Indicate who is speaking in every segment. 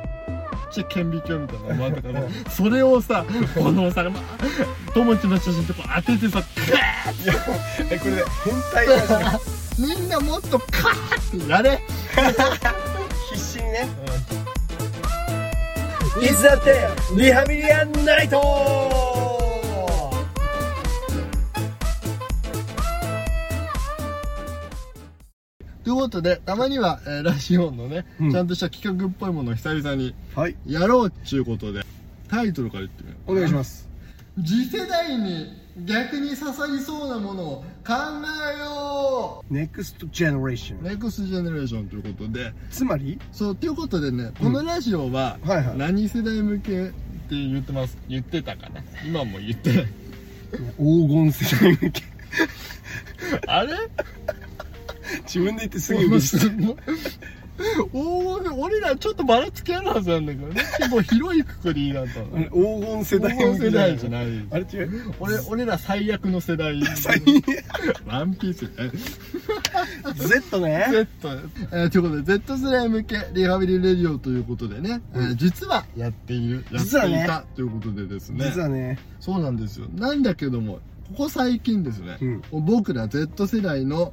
Speaker 1: っちゃ顕微鏡みたいなのもあったからそれをさこのさ友達の写真とか当ててさ
Speaker 2: えこれね変態だしね
Speaker 1: みんなもっとカーってやれ
Speaker 2: 必死にねいつだってリハビリアンナイト
Speaker 1: ということでたまには、えーラジオのね、
Speaker 2: うん
Speaker 1: ちゃんとした企画っぽいものを久々に
Speaker 2: はい
Speaker 1: やろうっちゅうことでタイトルから言ってみよう
Speaker 2: お願いします
Speaker 1: 次世代に逆に刺さりそうなものを考えよ
Speaker 2: ネクストジェネレーショ
Speaker 1: う
Speaker 2: ン
Speaker 1: ネクストジェネレーションということで
Speaker 2: つまり
Speaker 1: そうということでねこのラジオは
Speaker 2: はいはい
Speaker 1: 何世代向けって言ってます言ってたかな今も言ってない
Speaker 2: 黄金世代向け
Speaker 1: あれ
Speaker 2: 自分で言ってすげえ
Speaker 1: 黄
Speaker 2: 嬉しい
Speaker 1: 金で俺らちょっとばらつきあるはずなんだけどね結構広いくくりなんだ
Speaker 2: あれ黄金世代
Speaker 1: 黄金世代じゃ
Speaker 2: い
Speaker 1: ない
Speaker 2: あれ違う
Speaker 1: 俺俺ら最悪の世代
Speaker 2: 最悪
Speaker 1: ワンピースえ
Speaker 2: Z ね
Speaker 1: Z、えーということで Z 世代向けリハビリレディオということでね、えー実はやっているやって
Speaker 2: 実はね
Speaker 1: いたということでですね
Speaker 2: 実はね
Speaker 1: そうなんですよなんだけどもここ最近ですね、
Speaker 2: うん
Speaker 1: 僕ら Z 世代の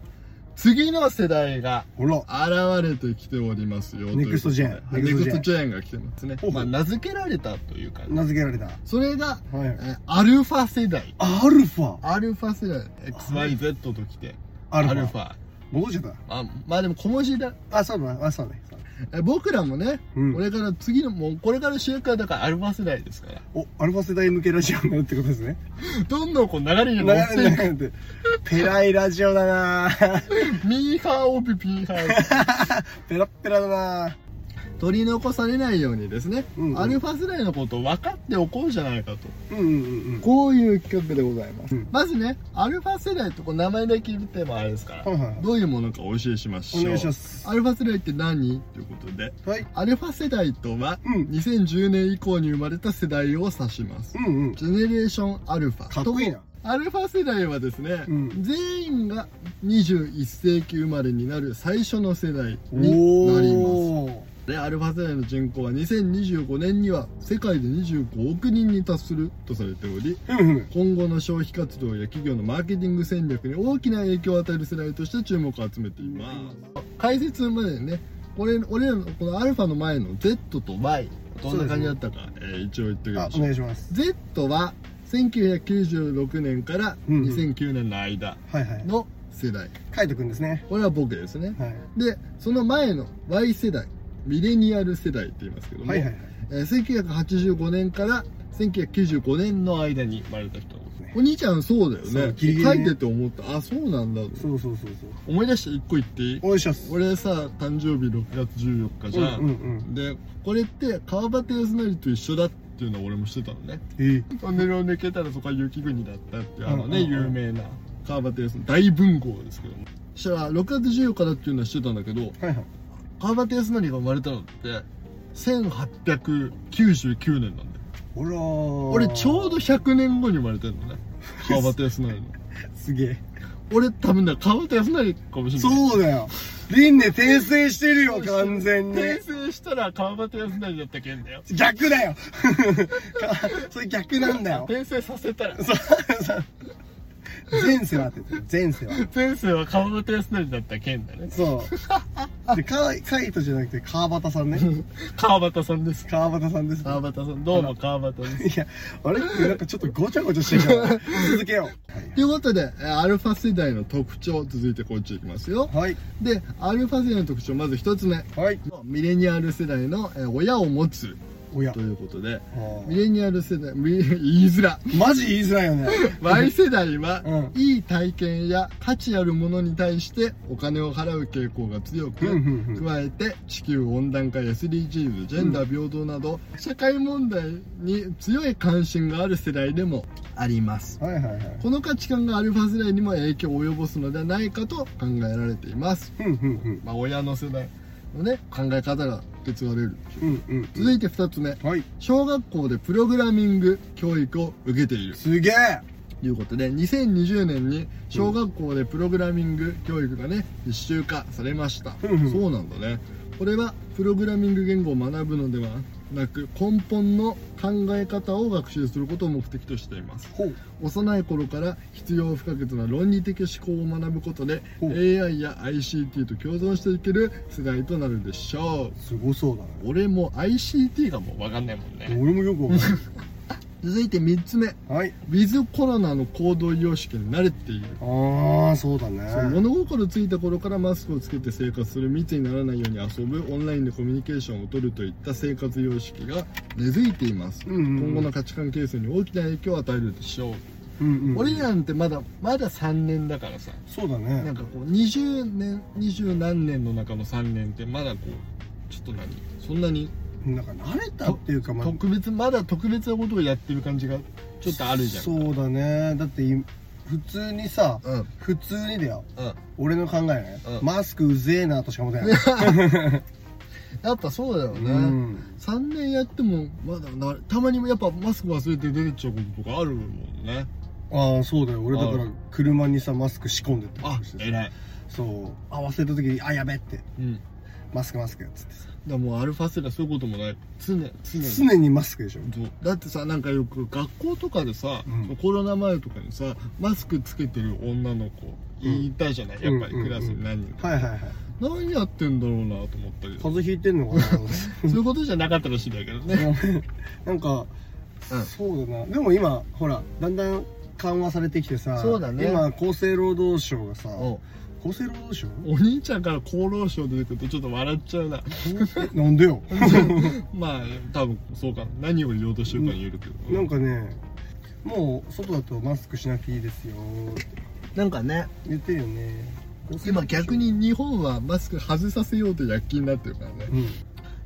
Speaker 1: 次の世代が
Speaker 2: ほら
Speaker 1: 現れてきておりますよ
Speaker 2: ネクストジェン
Speaker 1: ということではいネク
Speaker 2: ネク
Speaker 1: ス
Speaker 2: ス
Speaker 1: ト
Speaker 2: ト
Speaker 1: ジェンが来てますね
Speaker 2: ほう
Speaker 1: まあ名付けられたというか、ね、
Speaker 2: 名付けられた
Speaker 1: それが、
Speaker 2: はい
Speaker 1: えーアルファ世代
Speaker 2: アルファ
Speaker 1: アルファ世代 XYZ と来て
Speaker 2: アルファ
Speaker 1: アルファ
Speaker 2: 戻っちゃっ
Speaker 1: あまあでも小文字だ
Speaker 2: たあそうだなあそうだねそうだね
Speaker 1: え僕らもね、
Speaker 2: うん
Speaker 1: これから次のもうこれから主役はだからアルファ世代です から
Speaker 2: おアルファ世代向けラジオになるってことですね
Speaker 1: どんどんこう流れに乗っ
Speaker 2: 長
Speaker 1: てい
Speaker 2: い
Speaker 1: く
Speaker 2: 長いってペライラジオだな
Speaker 1: ミーハーオピピーハー
Speaker 2: ペラッペラだな
Speaker 1: 取り残されないようにですね、
Speaker 2: うんうん
Speaker 1: アルファ世代のことを分かっておこうじゃないかと
Speaker 2: うんうんうん
Speaker 1: こういう企画でございます、
Speaker 2: うん
Speaker 1: まずねアルファ世代とこう名前だけ言ってもあれですから、
Speaker 2: はいはい
Speaker 1: どういうものかお教えしましょう
Speaker 2: お願いします
Speaker 1: アルファ世代って何ということで
Speaker 2: はい
Speaker 1: アルファ世代とは、
Speaker 2: うん
Speaker 1: 2010年以降に生まれた世代を指します、
Speaker 2: うんうん
Speaker 1: ジェネレーションアルファ
Speaker 2: かっこいいな
Speaker 1: アルファ世代はですね、
Speaker 2: うん
Speaker 1: 全員が21世紀生まれになる最初の世代になりま
Speaker 2: おお
Speaker 1: すでアルファ世代の人口は2025年には世界で25億人に達するとされており
Speaker 2: ふむふむ
Speaker 1: 今後の消費活動や企業のマーケティング戦略に大きな影響を与える世代として注目を集めています解説までねこれ俺らのこのアルファの前の Z と Y どんな感じだったか、えー一応言っておき
Speaker 2: あ
Speaker 1: ましょ
Speaker 2: お
Speaker 1: う
Speaker 2: 願いします
Speaker 1: Z は1996年から
Speaker 2: うんうん
Speaker 1: 2009年の間
Speaker 2: はいはい
Speaker 1: の世代、
Speaker 2: カイトくんですね
Speaker 1: これは僕ですね
Speaker 2: はい
Speaker 1: でその前の Y 世代ミレニアル世代って言いますけども、
Speaker 2: はいはいはい
Speaker 1: えー1985年から1995年の間に生まれた人、
Speaker 2: ね
Speaker 1: お兄ちゃんそうだよ
Speaker 2: そ
Speaker 1: ね
Speaker 2: うギリギリね
Speaker 1: 書いてて思ったあそうなんだ
Speaker 2: そうそうそうそう
Speaker 1: 思い出して1個言っていい
Speaker 2: お願いします
Speaker 1: 俺さ誕生日6月14日じゃん、
Speaker 2: うんうん
Speaker 1: でこれって川端康成と一緒だっていうのは俺もしてたのね
Speaker 2: えー
Speaker 1: トンネルを抜けたらそこは雪国だったっていうあのね、
Speaker 2: うんうんうん
Speaker 1: 有名な川端康成大文豪ですけどもそしたら6月14日だっていうのは知ってたんだけど
Speaker 2: はいはい
Speaker 1: 川端康成が生まれたのって1899年なんだよ
Speaker 2: ほらー
Speaker 1: 俺ちょうど100年後に生まれてんのね川端康成の
Speaker 2: すげえ
Speaker 1: 俺多分ね川端康成かもしれない
Speaker 2: そうだよ輪廻転生してるよ完全に
Speaker 1: 転生したら川端康成だったけんだよ
Speaker 2: 逆だよ かそれ逆なんだよ
Speaker 1: 転生させたら
Speaker 2: そうそう前世はって言ってる前世は
Speaker 1: 前世は川端康成だったけんだね
Speaker 2: そうでカイカイトじゃなくて川端さんね
Speaker 1: 川端さんです
Speaker 2: 川端さんです
Speaker 1: 川端さんどうも川端です
Speaker 2: いやあれなんかちょっとごちゃごちゃしてるから続けよ
Speaker 1: ということで、えーアルファ世代の特徴、続いてこっちいきますよ。
Speaker 2: うはい
Speaker 1: で、アルファ世代の特徴、まず一つ目。
Speaker 2: はい
Speaker 1: ミレニアル世代のえー親を持つ
Speaker 2: おや
Speaker 1: ということで、
Speaker 2: あー
Speaker 1: ミレニアル世代、み言いづら。
Speaker 2: マジ言いづらいよね
Speaker 1: Y 世代は、
Speaker 2: う
Speaker 1: いい体験や価値あるものに対してお金を払う傾向が強く、
Speaker 2: うんうんうん
Speaker 1: 加えて地球温暖化や SDGs ジェンダー平等など、社会問題に強い関心がある世代でもあります
Speaker 2: はいはいはい
Speaker 1: この価値観がアルファ世代にも影響を及ぼすのではないかと考えられています。
Speaker 2: うんうん
Speaker 1: まあ、親の世代のね、考え方が受け継がれる。
Speaker 2: うんうんうん
Speaker 1: 続いて二つ目。
Speaker 2: はい
Speaker 1: 小学校でプログラミング教育を受けている
Speaker 2: すげえ
Speaker 1: ということで、2020年に小学校でプログラミング教育がね、必修化されました。
Speaker 2: うんうん
Speaker 1: そうなんだね。これはプログラミング言語を学ぶのではなく根本の考え方を学習することを目的としています
Speaker 2: ほう
Speaker 1: 幼い頃から必要不可欠な論理的思考を学ぶことで
Speaker 2: ほう
Speaker 1: AI や ICT と共存していける世代となるでしょ
Speaker 2: すごそうだね
Speaker 1: う俺も ICT がもう分かんないもんね
Speaker 2: 俺もよくわかん
Speaker 1: 続いて3つ目
Speaker 2: ないはい
Speaker 1: ウィズコロナの行動様式に慣れている
Speaker 2: ああそうだ
Speaker 1: そう
Speaker 2: ね
Speaker 1: 物心ついた頃からマスクをつけて生活する密にならないように遊ぶオンラインでコミュニケーションを取るといった生活様式が根付いています、
Speaker 2: うんうんうん
Speaker 1: 今後の価値観形成に大きな影響を与えるでしょう、
Speaker 2: うんうん
Speaker 1: 俺なんてまだまだ3年だからさ
Speaker 2: そうだ
Speaker 1: な
Speaker 2: ね
Speaker 1: んかこう20年20何年の中の3年ってまだこうちょっと何そんなに
Speaker 2: なんか慣れたっていうかまあ
Speaker 1: 特別まだ特別なことをやってる感じがちょっとあるじゃん
Speaker 2: そうだねだってい普通にさ
Speaker 1: うんうん
Speaker 2: 普通にだよ俺の考えね、
Speaker 1: うん
Speaker 2: マスクうぜえなとしか思ってない、
Speaker 1: やっぱそうだよ
Speaker 2: う
Speaker 1: ね、
Speaker 2: ん、
Speaker 1: 3年やってもまだなたまにやっぱマスク忘れて出てっちゃうこととかあるもんね
Speaker 2: ああそうだよ俺だか
Speaker 1: あ
Speaker 2: ら車にさマスク仕込んでってことしてさ
Speaker 1: 偉い
Speaker 2: そうあ忘れた時に「あやべ」って
Speaker 1: うんだか
Speaker 2: 「マスクマスク」っつってさ
Speaker 1: らもうアルファセラそういうこともない常常に
Speaker 2: 常にマスクでしょ
Speaker 1: そうだってさなんかよく学校とかでさ、
Speaker 2: うん
Speaker 1: コロナ前とかにさマスクつけてる女の子いたじゃない、やっぱり
Speaker 2: うんうんうん
Speaker 1: クラスに何人か、
Speaker 2: はいはいはい
Speaker 1: 何やってんだろうなと思ったけど
Speaker 2: 風邪ひいてんのかな
Speaker 1: そういうことじゃなかったらしいんだけど ね
Speaker 2: なんか、
Speaker 1: うん
Speaker 2: そうだなでも今ほらだんだん緩和されてきてさ
Speaker 1: そうだね
Speaker 2: 今厚生労働省がさ
Speaker 1: お
Speaker 2: 厚生労働省
Speaker 1: お兄ちゃんから厚労省出てくるとちょっと笑っちゃうな
Speaker 2: えなんでよ
Speaker 1: まあ多分そうか何を言おうとしてるかによるけど、
Speaker 2: なんかねもう外だとマスクしなくていいですよって
Speaker 1: なんかね
Speaker 2: 言ってるよね
Speaker 1: 今逆に日本はマスク外させようと躍起になってるからね
Speaker 2: うん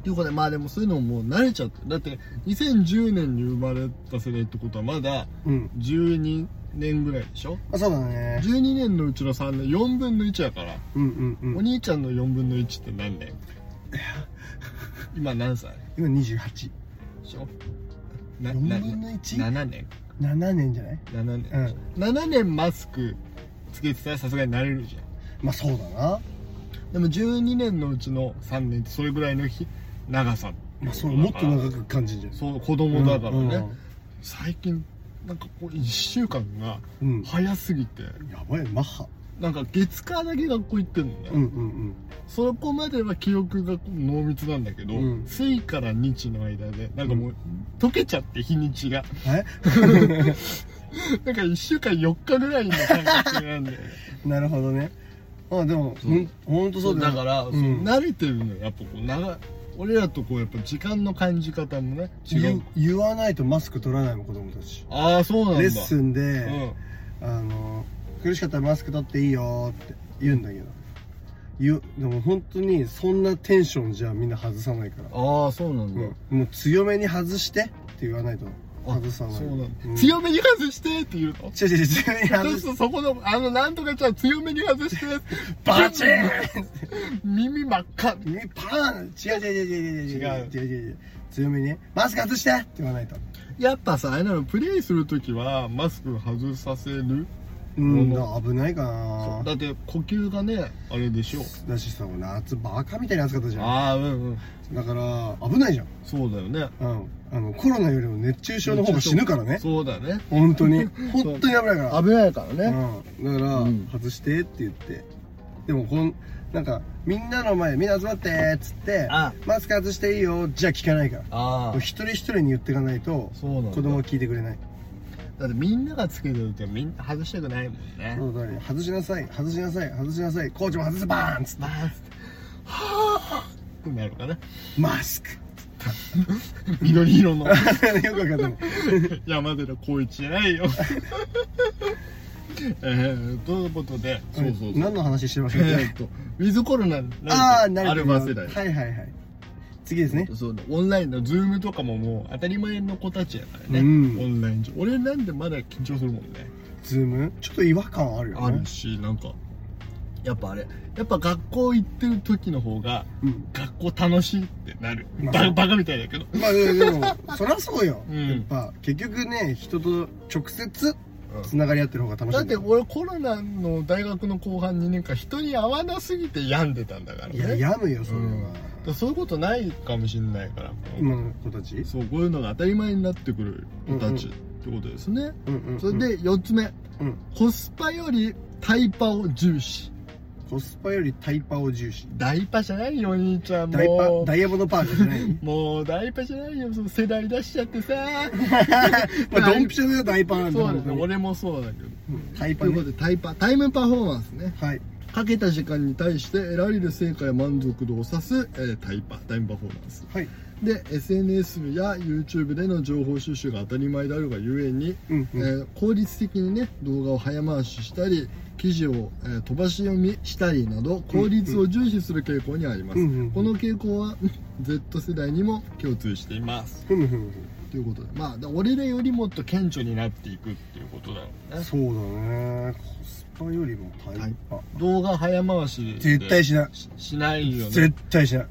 Speaker 1: ということでまあでもそういうのももう慣れちゃってだって2010年に生まれた世代ってことはまだ
Speaker 2: うん
Speaker 1: 12年ぐらいでしょ
Speaker 2: あそうだね
Speaker 1: 12年のうちの3年4分の1やから、
Speaker 2: うんうんう
Speaker 1: お
Speaker 2: ん
Speaker 1: 兄ちゃんの4分の1って何 年今何歳
Speaker 2: 今28
Speaker 1: でしょな
Speaker 2: 4
Speaker 1: な
Speaker 2: 分の 1?7
Speaker 1: 7年
Speaker 2: 年じゃない
Speaker 1: 7年、
Speaker 2: うん
Speaker 1: 7年マスクつけてたらさすがに慣れるじゃん
Speaker 2: まあそうだな
Speaker 1: でも12年のうちの3年ってそれぐらいの日長さ
Speaker 2: まあそうもっと長く感じるじゃん
Speaker 1: そう子供だからね、
Speaker 2: うん
Speaker 1: 最近なんかこう1週間が
Speaker 2: うん、
Speaker 1: 早すぎて
Speaker 2: やばいマッハ
Speaker 1: なんか月火だけ学校行ってんのね、
Speaker 2: うんうん
Speaker 1: そこまでは記憶が濃密なんだけど、
Speaker 2: うん
Speaker 1: 水から日の間でなんかもう溶けちゃって日にちが
Speaker 2: うんえ
Speaker 1: なんか1週間4日ぐらいの感覚なんだよね
Speaker 2: なるほどねまあでもほんほんとそうだ
Speaker 1: だ
Speaker 2: よ
Speaker 1: から、
Speaker 2: ん
Speaker 1: そう慣れてるのよやっぱこう長い俺らとこうやっぱ時間の感じ方もね違う
Speaker 2: 言う言わないとマスク取らないもん子供たち
Speaker 1: ああそうなんだ
Speaker 2: レッスン
Speaker 1: う
Speaker 2: で、
Speaker 1: ん
Speaker 2: あの苦しかったらマスク取っていいよって言うんだけど言うでも本当にそんなテンションじゃみんな外さないから、
Speaker 1: ああそうなんだ、
Speaker 2: うん、もう強めに外してって言わないと
Speaker 1: あ
Speaker 2: 外さない
Speaker 1: そうなんだ、
Speaker 2: うん
Speaker 1: 強めに外してって言うの
Speaker 2: 違う違う違う強めに
Speaker 1: そうす
Speaker 2: 外して
Speaker 1: るとそこのあのなんとかちゃん強めに外して
Speaker 2: バチーン
Speaker 1: 耳真っ赤
Speaker 2: ねパーン違う違う違う違う違
Speaker 1: 違う
Speaker 2: う違う違う違う強めにねマスク外してって言わないと
Speaker 1: やっぱさあれなのプレイするときはマスク外させる
Speaker 2: うん
Speaker 1: う
Speaker 2: 危ないかな
Speaker 1: だって呼吸がねあれでしょ
Speaker 2: だしさ夏バカみたいに暑かったじゃん
Speaker 1: ああうんうん
Speaker 2: だから危ないじゃん、
Speaker 1: そうだよね
Speaker 2: うん、あのコロナよりも熱中症の方が死ぬからね
Speaker 1: そうだね
Speaker 2: 本 当に本当に危ないから
Speaker 1: 危ないからね
Speaker 2: うん、だから、
Speaker 1: うん
Speaker 2: 外してって言ってでもこんなんかみんなの前みんな集まってっつって
Speaker 1: あ
Speaker 2: マスク外していいよじゃあ聞かないから
Speaker 1: あ
Speaker 2: 一人一人に言っていかないと
Speaker 1: そうなんだ
Speaker 2: 子供は聞いてくれない
Speaker 1: だってみんながつけてるってみんな外したくないもんね
Speaker 2: そうだね外しなさい外しなさい外しなさいコーチも外せバーンっつって
Speaker 1: まあはあってなるかな
Speaker 2: マスク
Speaker 1: 緑色の
Speaker 2: よくわかんない
Speaker 1: 山寺宏一じゃないよ えー、ということでそうそうそう
Speaker 2: 何の話してましたっ
Speaker 1: え
Speaker 2: け
Speaker 1: っとウィズコロナに
Speaker 2: ああな
Speaker 1: ア
Speaker 2: る
Speaker 1: ル
Speaker 2: ほど
Speaker 1: バ世代、
Speaker 2: はいはいはい次ですね
Speaker 1: そうだオンラインのズームとかももう当たり前の子たちやからね、
Speaker 2: うん
Speaker 1: オンライン上俺なんでまだ緊張するもんね
Speaker 2: ズームちょっと違和感あるよ
Speaker 1: あ
Speaker 2: ね
Speaker 1: るしなんかやっぱあれやっぱ学校行ってる時の方が
Speaker 2: うん
Speaker 1: 学校楽しいってなる、
Speaker 2: まあ
Speaker 1: ババカみたいだけど
Speaker 2: まあでもそりゃそうよ、
Speaker 1: うん
Speaker 2: やっぱ結局ね人と直接つながり合ってる方が楽しい
Speaker 1: だっ
Speaker 2: んだ
Speaker 1: て
Speaker 2: よ
Speaker 1: 俺コロナの大学の後半2年間人に会わなすぎて病んでたんだからね
Speaker 2: いや病むよそれは、
Speaker 1: うんらそういうことないかもしれないから、
Speaker 2: 今の子たち
Speaker 1: そうこういうのが当たり前になってくる子たちってことですね、
Speaker 2: うんうん
Speaker 1: それで4つ目、
Speaker 2: うん
Speaker 1: コスパよりタイパを重視
Speaker 2: コスパよりタイパを重視
Speaker 1: ダイパじゃないよお兄ちゃん
Speaker 2: ダイパ
Speaker 1: も
Speaker 2: ダイヤモンドパークじゃない
Speaker 1: もうダイパじゃないよその世代出しちゃってさ
Speaker 2: まあドンピシャだよダイパなんて
Speaker 1: そうだね
Speaker 2: 本当に
Speaker 1: 俺もそうだけど
Speaker 2: うんタイパ
Speaker 1: というこ
Speaker 2: ね
Speaker 1: とでタイパタイムパフォーマンスね
Speaker 2: はい
Speaker 1: かけた時間に対して得られる成果や満足度を指す、えータイパタイムパフォーマンス
Speaker 2: はい
Speaker 1: で SNS や YouTube での情報収集が当たり前であるがゆえに、
Speaker 2: うん
Speaker 1: えー効率的にね動画を早回ししたり記事を、えー飛ばし読みしたりなど効率を重視する傾向にあります、
Speaker 2: うんうん
Speaker 1: この傾向は Z 世代にも共通しています
Speaker 2: ふむふむふ
Speaker 1: ということでまあだ俺らよりもっと顕著になっていくっていうことだよ
Speaker 2: む
Speaker 1: ね
Speaker 2: そうだねコスパよりもタイパ
Speaker 1: 動画早回しで
Speaker 2: 絶対しない
Speaker 1: ししないよね
Speaker 2: 絶対しない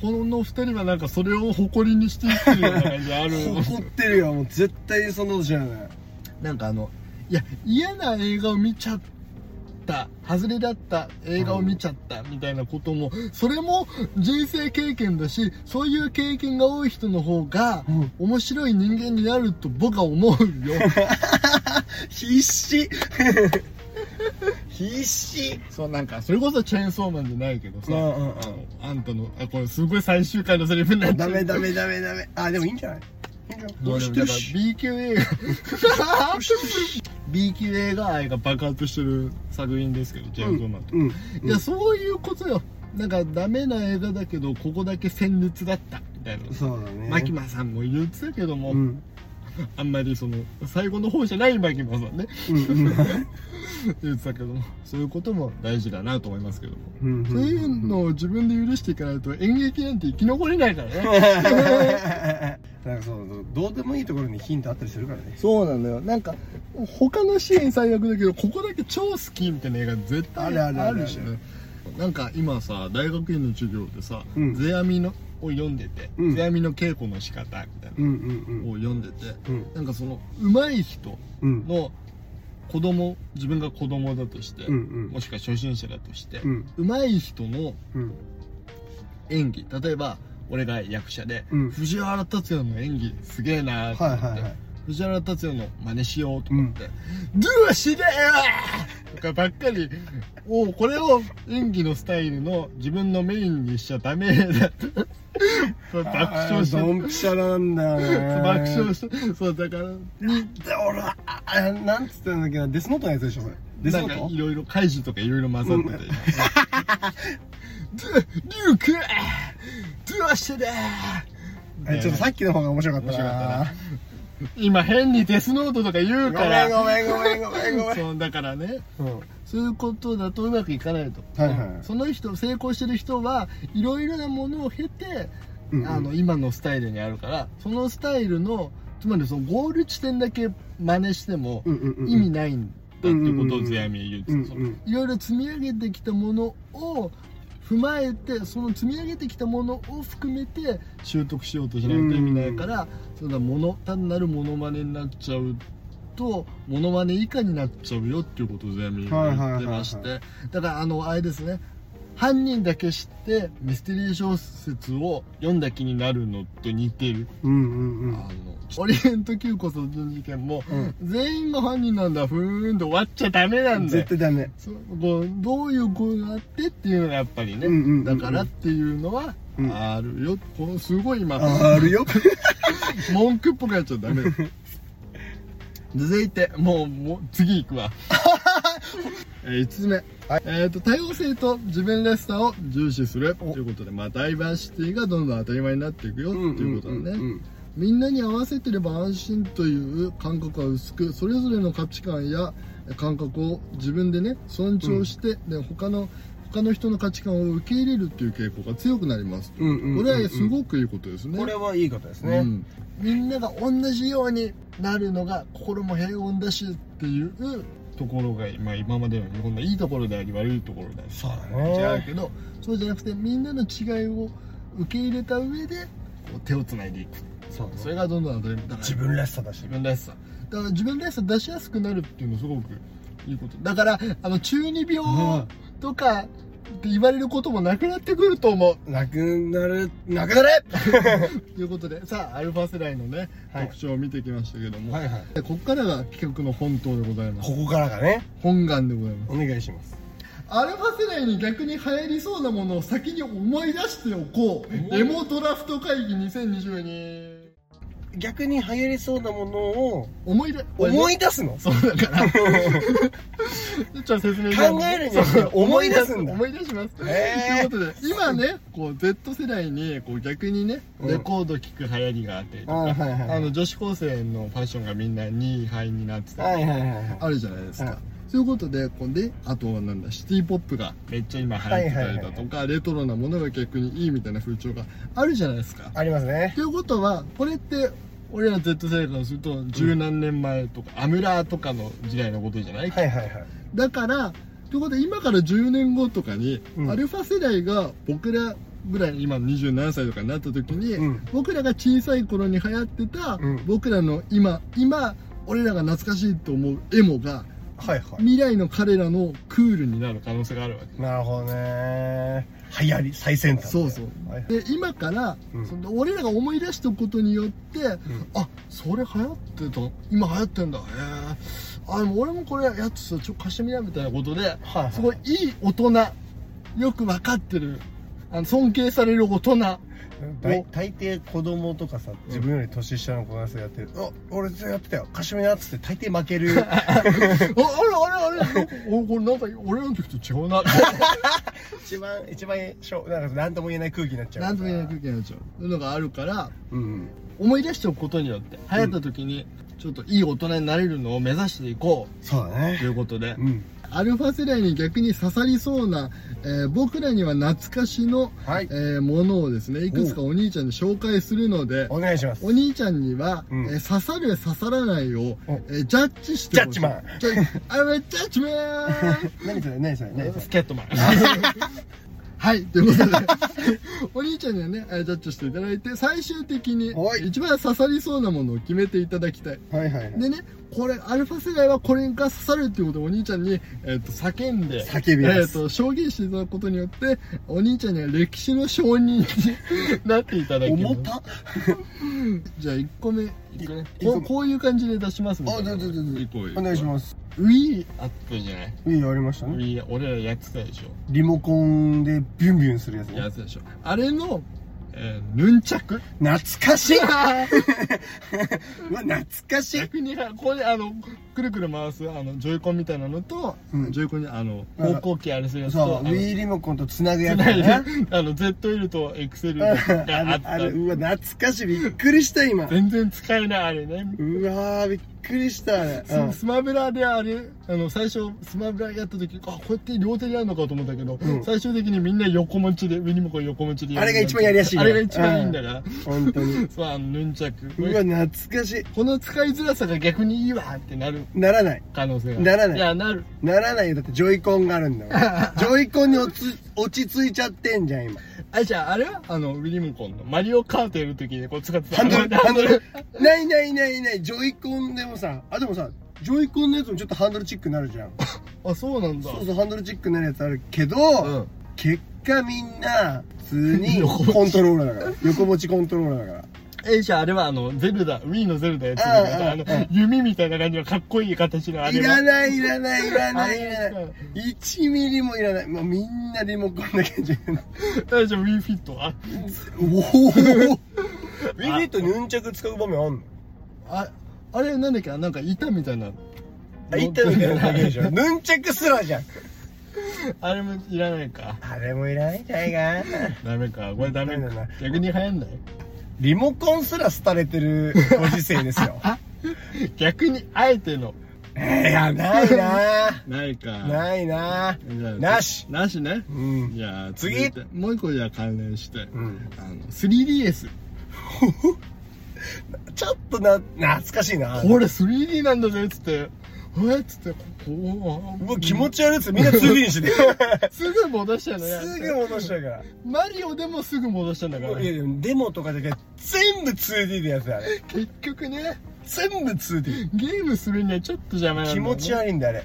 Speaker 1: この二人はなんかそれを誇りにしていってるような感じある
Speaker 2: 怒ってるよもう絶対にそんなこと知らない
Speaker 1: なんかあのいや嫌な映画を見ちゃった外れだった映画を見ちゃったみたいなこともそれも人生経験だしそういう経験が多い人の方が
Speaker 2: うん
Speaker 1: 面白い人間になると僕は思うよ
Speaker 2: 必死必死
Speaker 1: そうなんかそれこそチェーンソーマンじゃないけどさ、
Speaker 2: うんうんうん
Speaker 1: あのあんたのあこれすごい最終回のセリフになっちゃ
Speaker 2: ダ
Speaker 1: う
Speaker 2: メダメダメダメあでもいいんじゃないいいんじゃない
Speaker 1: ど
Speaker 2: ど
Speaker 1: う
Speaker 2: う
Speaker 1: し
Speaker 2: してて
Speaker 1: る
Speaker 2: る
Speaker 1: し
Speaker 2: し
Speaker 1: B 級 映画 B 級映画愛が爆発してる作品ですけどジェームズ・マンと、
Speaker 2: うんうん
Speaker 1: いやそういうことよなんかダメな映画だけどここだけ鮮烈だったみたいな
Speaker 2: そうだね
Speaker 1: 牧間さんも言ってたけども、
Speaker 2: うん
Speaker 1: あんまりその最後の方じゃない牧間さんね
Speaker 2: うんうん
Speaker 1: 言ってたけどもそういうことも大事だなと思いますけども、
Speaker 2: うん
Speaker 1: そういうのを自分で許していかないと演劇なんて生き残れないからね
Speaker 2: なんかそうそうどうでもいいところにヒントあったりするからね
Speaker 1: そうなんだよなんか他のシーン最悪だけどここだけ超好きみたいな映画絶対
Speaker 2: あるあるある
Speaker 1: あるしねなんか今さ大学院の授業でさ「
Speaker 2: うん
Speaker 1: 世阿弥の」を読んでて
Speaker 2: う
Speaker 1: 「
Speaker 2: ん
Speaker 1: 世阿弥の稽古の仕方みたいな
Speaker 2: うん
Speaker 1: のを読んでて、
Speaker 2: うんうん
Speaker 1: なんかその上手い人
Speaker 2: うん
Speaker 1: の子供自分が子供だとして、
Speaker 2: うんうん
Speaker 1: もしくは初心者だとして、
Speaker 2: うん
Speaker 1: 上手い人の
Speaker 2: うん
Speaker 1: 演技例えば俺が役者で、
Speaker 2: うん
Speaker 1: 藤原竜也の演技すげえなーって
Speaker 2: は
Speaker 1: 思
Speaker 2: い
Speaker 1: って、
Speaker 2: はいはい
Speaker 1: 藤原達也の真似しようと思って「ドゥはしだよ!」とかばっかりおこれを演技のスタイルの自分のメインにしちゃダメだ そう爆笑して
Speaker 2: あードンピシャなんだよね
Speaker 1: 爆笑してそうだから
Speaker 2: で俺はあなんつってたんだっけどデスノートのやつでしょこれデス
Speaker 1: なん
Speaker 2: ノ
Speaker 1: か
Speaker 2: ート
Speaker 1: いろいろ怪獣とかいろいろ混ざってて「 ドゥリュウクドゥはしてだ!」
Speaker 2: えちょっとさっきの方が面白かったな
Speaker 1: 面白かっ今変にデスノートとか言うから
Speaker 2: ごめんごめんごめんごめんごめん
Speaker 1: そうだからね
Speaker 2: うん
Speaker 1: そういうことだとうまくいかないと、
Speaker 2: はいはい
Speaker 1: その人成功してる人はいろいろなものを経て、
Speaker 2: うんうん
Speaker 1: あの今のスタイルにあるからそのスタイルのつまりそのゴール地点だけ真似しても
Speaker 2: うんうんうん
Speaker 1: 意味ないんだっていうこと
Speaker 2: う
Speaker 1: を
Speaker 2: ん
Speaker 1: 世阿弥言ってた、
Speaker 2: うん
Speaker 1: そ
Speaker 2: うん
Speaker 1: のいろいろ積み上げてきたものを踏まえてその積み上げてきたものを含めて習得しようとしないと意味ないから、そうだもの単なるモノマネになっちゃうとモノマネ以下になっちゃうよっていうことを全部
Speaker 2: はいはいは
Speaker 1: 言
Speaker 2: いは
Speaker 1: っ
Speaker 2: い
Speaker 1: てましてだからあのあれですね犯人だけ知ってミステリー小説を読んだ気になるのと似てる、
Speaker 2: うんうんうん
Speaker 1: あのオリエント急行殺人事件も、
Speaker 2: うん
Speaker 1: 全員が犯人なんだふーんで終わっちゃダメなんだよ
Speaker 2: 絶対ダメ
Speaker 1: そうこうどういう声があってっていうのがやっぱりね、
Speaker 2: うんうんうんうん
Speaker 1: だからっていうのは
Speaker 2: うん
Speaker 1: あるよ、このすごい今
Speaker 2: ああるよ
Speaker 1: 文句っぽくやっちゃダメだ続いてもうもう次行くわ えー5つ目、えー、と多様性と自分らしさを重視するということで、まあ、ダイバーシティがどんどん当たり前になっていくよっていうことだね、
Speaker 2: うん
Speaker 1: みんなに合わせてれば安心という感覚は薄くそれぞれの価値観や感覚を自分でね尊重して、で他の他の人の価値観を受け入れるっていう傾向が強くなりますと、
Speaker 2: うんうんうんうん
Speaker 1: これはすごくいいことですね
Speaker 2: これはいいことです
Speaker 1: う
Speaker 2: ね
Speaker 1: んみんなが同じようになるのが心も平穏だしっていうところが、まあ、今までの日本のいいところであり悪いところであり
Speaker 2: そうだ
Speaker 1: じゃあ
Speaker 2: ね
Speaker 1: けどそうじゃなくてみんなの違いを受け入れた上でこう手をつないでいく
Speaker 2: そうだね
Speaker 1: それがどんどん当たり前だから
Speaker 2: 自分らしさだし
Speaker 1: 自分らしさだから自分らしさ出しやすくなるっていうのすごくいいことだからあの中二病とかって言われることもなくなってくると思う。
Speaker 2: なくなる、なくなれ
Speaker 1: ということで、さあ、アルファ世代のね、
Speaker 2: はい
Speaker 1: 特徴を見てきましたけども、
Speaker 2: はいはい。
Speaker 1: でここからが企画の本当でございます。
Speaker 2: ここからがね、
Speaker 1: 本願でございます。
Speaker 2: お願いします。
Speaker 1: アルファ世代に逆に流行りそうなものを先に思い出しておこう。
Speaker 2: お
Speaker 1: エモドラフト会議2022。
Speaker 2: 逆に流行りそうなものを
Speaker 1: 思い出、
Speaker 2: 思
Speaker 1: い、
Speaker 2: い出すの
Speaker 1: そうだから。 ちょっと説明します
Speaker 2: 考えるんじゃなくて思い出すんだ
Speaker 1: 思い出します。
Speaker 2: へー
Speaker 1: ということで、今 ね、こう Z 世代にこう逆にね、
Speaker 2: うん
Speaker 1: レコード聞く流行りがあってとか、
Speaker 2: あはいはいはい
Speaker 1: あの女子高生のファッションがみんな2位杯になってたり
Speaker 2: はいはいはいはい。
Speaker 1: あるじゃないです
Speaker 2: は
Speaker 1: か
Speaker 2: い。
Speaker 1: そういうことで、こんで、あとはなんだ、シティポップがめっちゃ今流行ってたりだ
Speaker 2: はい
Speaker 1: と
Speaker 2: は
Speaker 1: か、レトロなものが逆にいいみたいな風潮があるじゃないですか。
Speaker 2: ありますね。
Speaker 1: ということは、これって、俺ら Z 世代からすると、十何年前とか、アムラーとかの時代のことじゃない
Speaker 2: はいはいはい。
Speaker 1: だから、ということで、今から10年後とかに、
Speaker 2: うん
Speaker 1: アルファ世代が僕らぐらい、今の27歳とかになった時に、
Speaker 2: うん
Speaker 1: 僕らが小さい頃に流行ってた、
Speaker 2: うん
Speaker 1: 僕らの今、今、俺らが懐かしいと思うエモが、
Speaker 2: はいは
Speaker 1: 未来の彼らのクールになる可能性があるわけ
Speaker 2: い。なるほどね。流行り、最先端。
Speaker 1: そうそう
Speaker 2: はい
Speaker 1: で今から、
Speaker 2: うん
Speaker 1: その俺らが思い出したことによって、あそれ流行ってた今流行ってんだへえあでも俺もこれやつさちょっと貸してみなみたいなことで
Speaker 2: はいはい
Speaker 1: すごいいい大人よく分かってるあの尊敬される 大人
Speaker 2: 大大抵子供とかさ自分より年下の子がさやってる「あ俺それやってたよカシミナ」っつって大抵負ける
Speaker 1: ああれあれあれおこれなんか俺らの時と違 うな
Speaker 2: 一番一番しょなんか何とも言えない空気になっちゃう
Speaker 1: なんとも言えない
Speaker 2: 気
Speaker 1: 空気になっちゃうそういうのがあるから
Speaker 2: うん
Speaker 1: 思い出しておくことによって流行った時にちょっといい大人になれるのを目指していこう
Speaker 2: そうだ
Speaker 1: と
Speaker 2: ね
Speaker 1: いうことで、
Speaker 2: うん
Speaker 1: アルファ世代に逆に刺さりそうな、えー僕らには懐かしの、
Speaker 2: はい
Speaker 1: えーものをですねいくつかお兄ちゃんに紹介するので
Speaker 2: お願いします
Speaker 1: お兄ちゃんには、
Speaker 2: うん
Speaker 1: えー刺さる刺さらないを、
Speaker 2: お
Speaker 1: えージャッジしてほしい
Speaker 2: ジャッジマン
Speaker 1: ジャッジあれジャッジマン
Speaker 2: 何それ何それ何それ
Speaker 1: スケットマン はいということでお兄ちゃんにはねえージャッジしていただいて最終的に
Speaker 2: おい
Speaker 1: 一番刺さりそうなものを決めていただきたい
Speaker 2: はいはいはい
Speaker 1: でね、これ、アルファ世代はこれが刺さるっていうことをお兄ちゃんに、えっと叫んで、
Speaker 2: 叫びます
Speaker 1: えっと証言していただくことによって、お兄ちゃんには歴史の証人になっていただきます。
Speaker 2: 重た
Speaker 1: じゃあ1個目、一個ねこ
Speaker 2: い一個
Speaker 1: うこういう感じで出しますみた
Speaker 2: あ
Speaker 1: い
Speaker 2: ど
Speaker 1: な
Speaker 2: うぞどうぞどうぞ
Speaker 1: 一個
Speaker 2: お願いし
Speaker 1: す。
Speaker 2: ます
Speaker 1: ウィーあったじゃない
Speaker 2: いいよありました
Speaker 1: ウ
Speaker 2: ね
Speaker 1: ィー、俺らやってたでしょ。
Speaker 2: リモコンでビュンビュンするやつ
Speaker 1: や
Speaker 2: ね
Speaker 1: ってたでしょ。あれの、えー、ヌンチャク
Speaker 2: 懐かしいうわ懐かしい
Speaker 1: 逆にはこれあのくるくる回すあのジョイコンみたいなのと、
Speaker 2: うん
Speaker 1: ジョイコンにあの方向機あれするやつと
Speaker 2: そう
Speaker 1: あ
Speaker 2: ウ
Speaker 1: の
Speaker 2: ィーリモコンとつなぐやつ
Speaker 1: ない
Speaker 2: ね
Speaker 1: あの ZL と XL
Speaker 2: あ
Speaker 1: があっ
Speaker 2: れ、
Speaker 1: た
Speaker 2: あれ、うわ、懐かしい。びっくりした、今。
Speaker 1: 全然使えないあれね
Speaker 2: うわー、びっくりした、あれ。
Speaker 1: ススマブラであれあの最初スマブラやった時あこうやって両手でやるのかと思ったけど、
Speaker 2: うん
Speaker 1: 最終的にみんな横持ちで上にもこう横持ちで
Speaker 2: あれが一番やりやすい
Speaker 1: あれ
Speaker 2: よ
Speaker 1: が一番いいんだから、
Speaker 2: うん本当に。
Speaker 1: そうあのヌンチャク
Speaker 2: うわ、懐かしい。
Speaker 1: この使いづらさが逆にいいわってなる
Speaker 2: ならない。
Speaker 1: 可能性が
Speaker 2: ならない
Speaker 1: いやなる
Speaker 2: ならないよ。だって、ジョイコンがあるんだもん。 ジョイコンに落ち、落ち着いちゃってんじゃん、今。
Speaker 1: あじゃああれはあのウィリムコンのマリオカートやる時にこう使ってた
Speaker 2: ハンドル、ハンド
Speaker 1: ハン
Speaker 2: ル。ないないないない。ジョイコンでもさ、あ、でもさ、ジョイコンのやつもちょっとハンドルチックになるじゃん。
Speaker 1: ドルあそうなんだ
Speaker 2: そうそう、ハンドルチックになるやつあるけど、
Speaker 1: うん
Speaker 2: 結果みんな、普通に
Speaker 1: 横持ち
Speaker 2: コントローラーだから。横持ちコントローラーだから。
Speaker 1: えじゃああれはあのゼルダ Wii のゼルダやつ
Speaker 2: ああああ
Speaker 1: あの弓みたいな感じのかっこいい形のあれ
Speaker 2: い
Speaker 1: は
Speaker 2: らない、いらない、いらない、いら
Speaker 1: あ
Speaker 2: な
Speaker 1: れ
Speaker 2: い。1ミリもいらない。もうみんなリモコンだけじゃん。
Speaker 1: あじゃあ Wii フィットあ
Speaker 2: おおウ ィリットヌンチャク使う場面あんの
Speaker 1: ああれなんだっけなんか板みたいな
Speaker 2: あ、言ったのけど影じゃん。 ヌンチャクすらじゃん。
Speaker 1: あれもいらないか
Speaker 2: あれもいらないんじゃないかな。
Speaker 1: ダメかこれダメ
Speaker 2: ダメだ
Speaker 1: か
Speaker 2: な
Speaker 1: 逆に流行んない
Speaker 2: リモコンすら廃れてるご時世です よ。
Speaker 1: 逆にあえての
Speaker 2: えーいや、ないな
Speaker 1: ないか
Speaker 2: ないな
Speaker 1: じゃあ
Speaker 2: なし
Speaker 1: なしね
Speaker 2: うん。
Speaker 1: じゃあ
Speaker 2: 次
Speaker 1: 続いてもう一個じゃあ関連して
Speaker 2: うん。
Speaker 1: あの 3DS
Speaker 2: ちょっとな、懐かしいな。
Speaker 1: これ 3D なんだぜっつってえっつってこ
Speaker 2: うわ、気持ち悪いやつみんな 2D にしてて。
Speaker 1: うすぐ戻したよね
Speaker 2: すぐ戻しちゃうから。
Speaker 1: マリオでもすぐ戻したんだから
Speaker 2: いやいやデモとかだけ全部 2D でやつあれ
Speaker 1: 結局ね
Speaker 2: 全部 2D
Speaker 1: ゲームするにはちょっと邪魔なんだ、
Speaker 2: 気
Speaker 1: ね、
Speaker 2: 持ち悪いんだあれ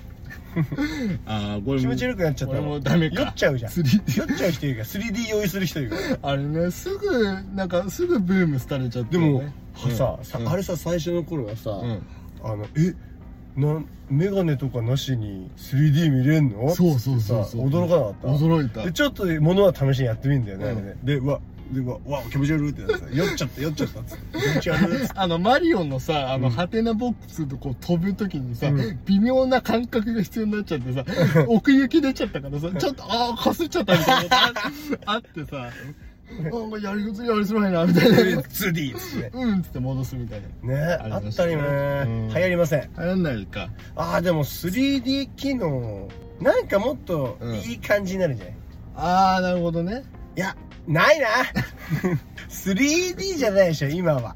Speaker 1: ああこれ
Speaker 3: 気
Speaker 1: も
Speaker 3: 持ち悪くなっちゃった
Speaker 1: 俺
Speaker 3: ら
Speaker 1: もダメか
Speaker 3: 酔っちゃうじゃん酔
Speaker 1: 3D
Speaker 3: っちゃう人いるから 3D 用意する人いるから
Speaker 1: あれねすぐなんかすぐブーム廃れちゃって、
Speaker 2: で
Speaker 1: ね、
Speaker 2: も、
Speaker 1: うん
Speaker 2: ささ
Speaker 1: うん
Speaker 2: あれさ最初の頃はさ、
Speaker 1: うん
Speaker 2: あのえなんメガネとかなしに 3D 見れんの
Speaker 1: そうそうそうそう
Speaker 2: ってさ驚かなかった
Speaker 1: 驚いた
Speaker 2: でちょっとで物は試しにやってみんだよね、
Speaker 1: うん
Speaker 2: あれねでうわでうわうわ気持ち悪いってなってさ酔っちゃった酔っちゃったっつって気持ち悪いっつって
Speaker 1: あのマリオのさあの、
Speaker 2: うん
Speaker 1: ハテナボックスとこう飛ぶ時にさ、
Speaker 2: うん
Speaker 1: 微妙な感覚が必要になっちゃってさ奥行き出ちゃったからさちょっとああかすっちゃったみたいなのがああってさあやりづらいやりづらいなみたいな
Speaker 2: 2D っつって
Speaker 1: うんっつって戻すみたいな
Speaker 2: ね
Speaker 1: り
Speaker 2: あ
Speaker 1: ま
Speaker 2: っ
Speaker 1: した
Speaker 2: た
Speaker 1: ね
Speaker 2: りね、
Speaker 1: うん
Speaker 2: 流行りません
Speaker 1: 流行んないか
Speaker 2: ああでも 3D 機能なんかもっと
Speaker 1: うん
Speaker 2: いい感じになるんじゃない、
Speaker 1: ああなるほどね
Speaker 2: いやない な 3D じゃないでしょ今は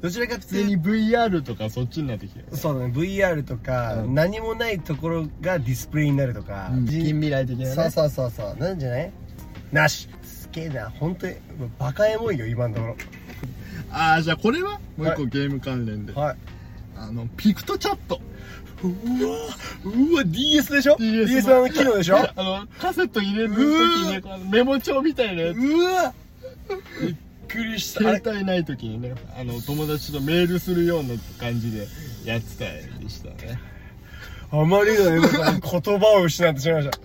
Speaker 2: どちらかっ
Speaker 1: 普
Speaker 2: て
Speaker 1: 通
Speaker 2: いう
Speaker 1: に VR とかそっちになってきてる
Speaker 2: とそうだね VR とか、
Speaker 1: うん
Speaker 2: 何もないところがディスプレイになるとか、
Speaker 1: うん近未来的なね
Speaker 2: そうそうそうそうなんじゃないなしすげえな本当にバカエモいよ今のとこ
Speaker 1: ああじゃあこれはもう一
Speaker 2: は
Speaker 1: 個ゲーム関連で、
Speaker 2: ろはい
Speaker 1: あのピクトチャット
Speaker 2: うわうわ DS でしょ
Speaker 1: DS
Speaker 2: DS の機能でしょ
Speaker 1: あのカセット入れる時にねこのメモ帳みたいなやつ
Speaker 2: うわびっくりしたあれ
Speaker 1: 携帯ない時にねあの友達とメールするような感じでやってたりしたね
Speaker 2: あまりのエモさに言葉を失ってしまいました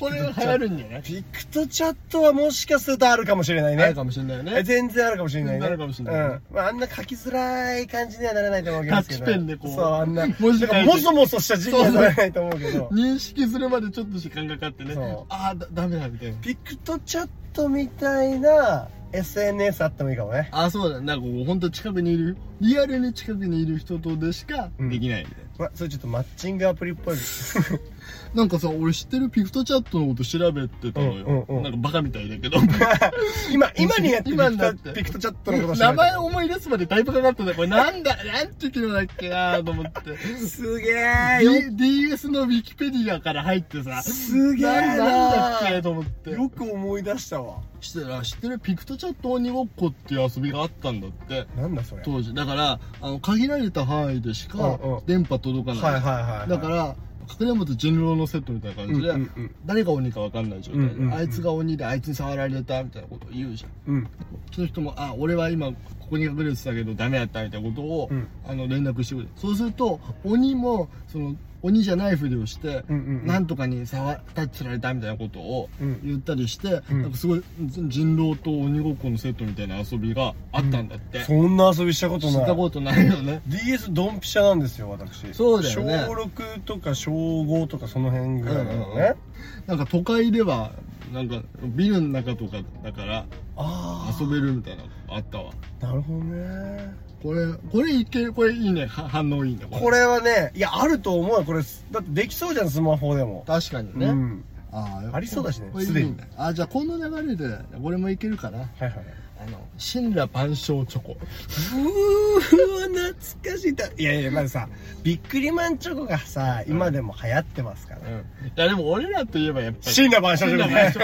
Speaker 1: これが流行るんじゃない
Speaker 2: ピクトチャットはもしかするとあるかもしれない
Speaker 1: ある
Speaker 2: ね
Speaker 1: かもしれないよ
Speaker 2: え
Speaker 1: ね
Speaker 2: 全然あるかもしれないね
Speaker 1: あるかもしれないね
Speaker 2: うんまあ、あんな書きづらい感じにはならないと思うけど
Speaker 1: タッチペンでこう
Speaker 2: そうあんな
Speaker 1: 文字書いて
Speaker 2: なんかもそもそした字にはならないと思うけど
Speaker 1: 認識するまでちょっと時間かかってね
Speaker 2: そう
Speaker 1: ああだダメだみたいな
Speaker 2: ピクトチャットみたいな SNS あってもいいかもね。
Speaker 1: ああそうだなんかもう本当近くにいるリアルに近くにいる人とでしかできないみたいな、
Speaker 2: ま、それちょっとマッチングアプリっ ぽい。
Speaker 1: なんかさ俺知ってるピクトチャットのこと調べてたのよ、
Speaker 2: うんうんうん
Speaker 1: なんかバカみたいだけど
Speaker 2: 今、今にやってピ
Speaker 1: 今に
Speaker 2: ク
Speaker 1: な
Speaker 2: ト
Speaker 1: って
Speaker 2: ピクトチャットのことを調べ
Speaker 1: 名
Speaker 2: て
Speaker 1: 前思い出すまでだいぶかかったんだこれなんだなんて機能だっけなと思って
Speaker 2: すげえ
Speaker 1: D- DS のウィキペディアから入ってさ
Speaker 2: すげえな
Speaker 1: ななんだっけと思って
Speaker 2: よく思い出したわ。
Speaker 1: 知ってるあ知ってるピクトチャット鬼ごっこっていう遊びがあったんだって
Speaker 2: なんだそれ。
Speaker 1: 当時だからあの限られた範囲でしか
Speaker 2: うんうん
Speaker 1: 電波届かない、
Speaker 2: はいはいはいはい
Speaker 1: だから隠れ元人狼のセットみたいな感
Speaker 2: うん
Speaker 1: じ
Speaker 2: う
Speaker 1: で、
Speaker 2: ん
Speaker 1: 誰が鬼か分かんない状態で、
Speaker 2: うんうんうん
Speaker 1: あいつが鬼であいつに触られたみたいなことを言うじゃん
Speaker 2: うん。
Speaker 1: その人も「あ俺は今ここに隠れてたけどダメだった」みたいなことを、
Speaker 2: うん
Speaker 1: あの連絡してくれるそうすると鬼もその鬼じゃないふりをして、
Speaker 2: うんうん
Speaker 1: なんとかに触タッチされたみたいなことを
Speaker 2: うん
Speaker 1: 言ったりして、
Speaker 2: うん
Speaker 1: なんかすごい人狼と鬼ごっこのセットみたいな遊びがあったんだって、
Speaker 2: そんな遊びしたこと
Speaker 1: 知った
Speaker 2: ない。
Speaker 1: ことないよね
Speaker 2: DS ドンピシャなんですよ、私。
Speaker 1: そうだよね
Speaker 2: 小6とか小5とかその辺ぐらいな
Speaker 1: うん
Speaker 2: の
Speaker 1: うんうん
Speaker 2: ね。
Speaker 1: なんか都会ではなんかビルの中とかだから
Speaker 2: あ
Speaker 1: 遊べるみたいなのあったわ
Speaker 2: あ、なるほどね。
Speaker 1: これこれいけるこれいいねは反応いいね
Speaker 2: これはね、いや、あると思うよ、これ。だってできそうじゃん、スマホでも。
Speaker 1: 確かにね、
Speaker 2: うん。
Speaker 1: あー
Speaker 2: ありそうだしね
Speaker 1: これいい
Speaker 2: すでに
Speaker 1: あじゃあこの流れで俺もいけるかな
Speaker 2: はいはいはい。
Speaker 1: あの神羅万象チョコ
Speaker 2: うーわ、懐かしいだ。いやいや、まずさ、ビックリマンチョコがさ、今でも流行ってますから。
Speaker 1: いやでも俺らといえばやっぱり
Speaker 2: 死んだ晩酌
Speaker 1: 神羅万。
Speaker 2: ね
Speaker 1: 象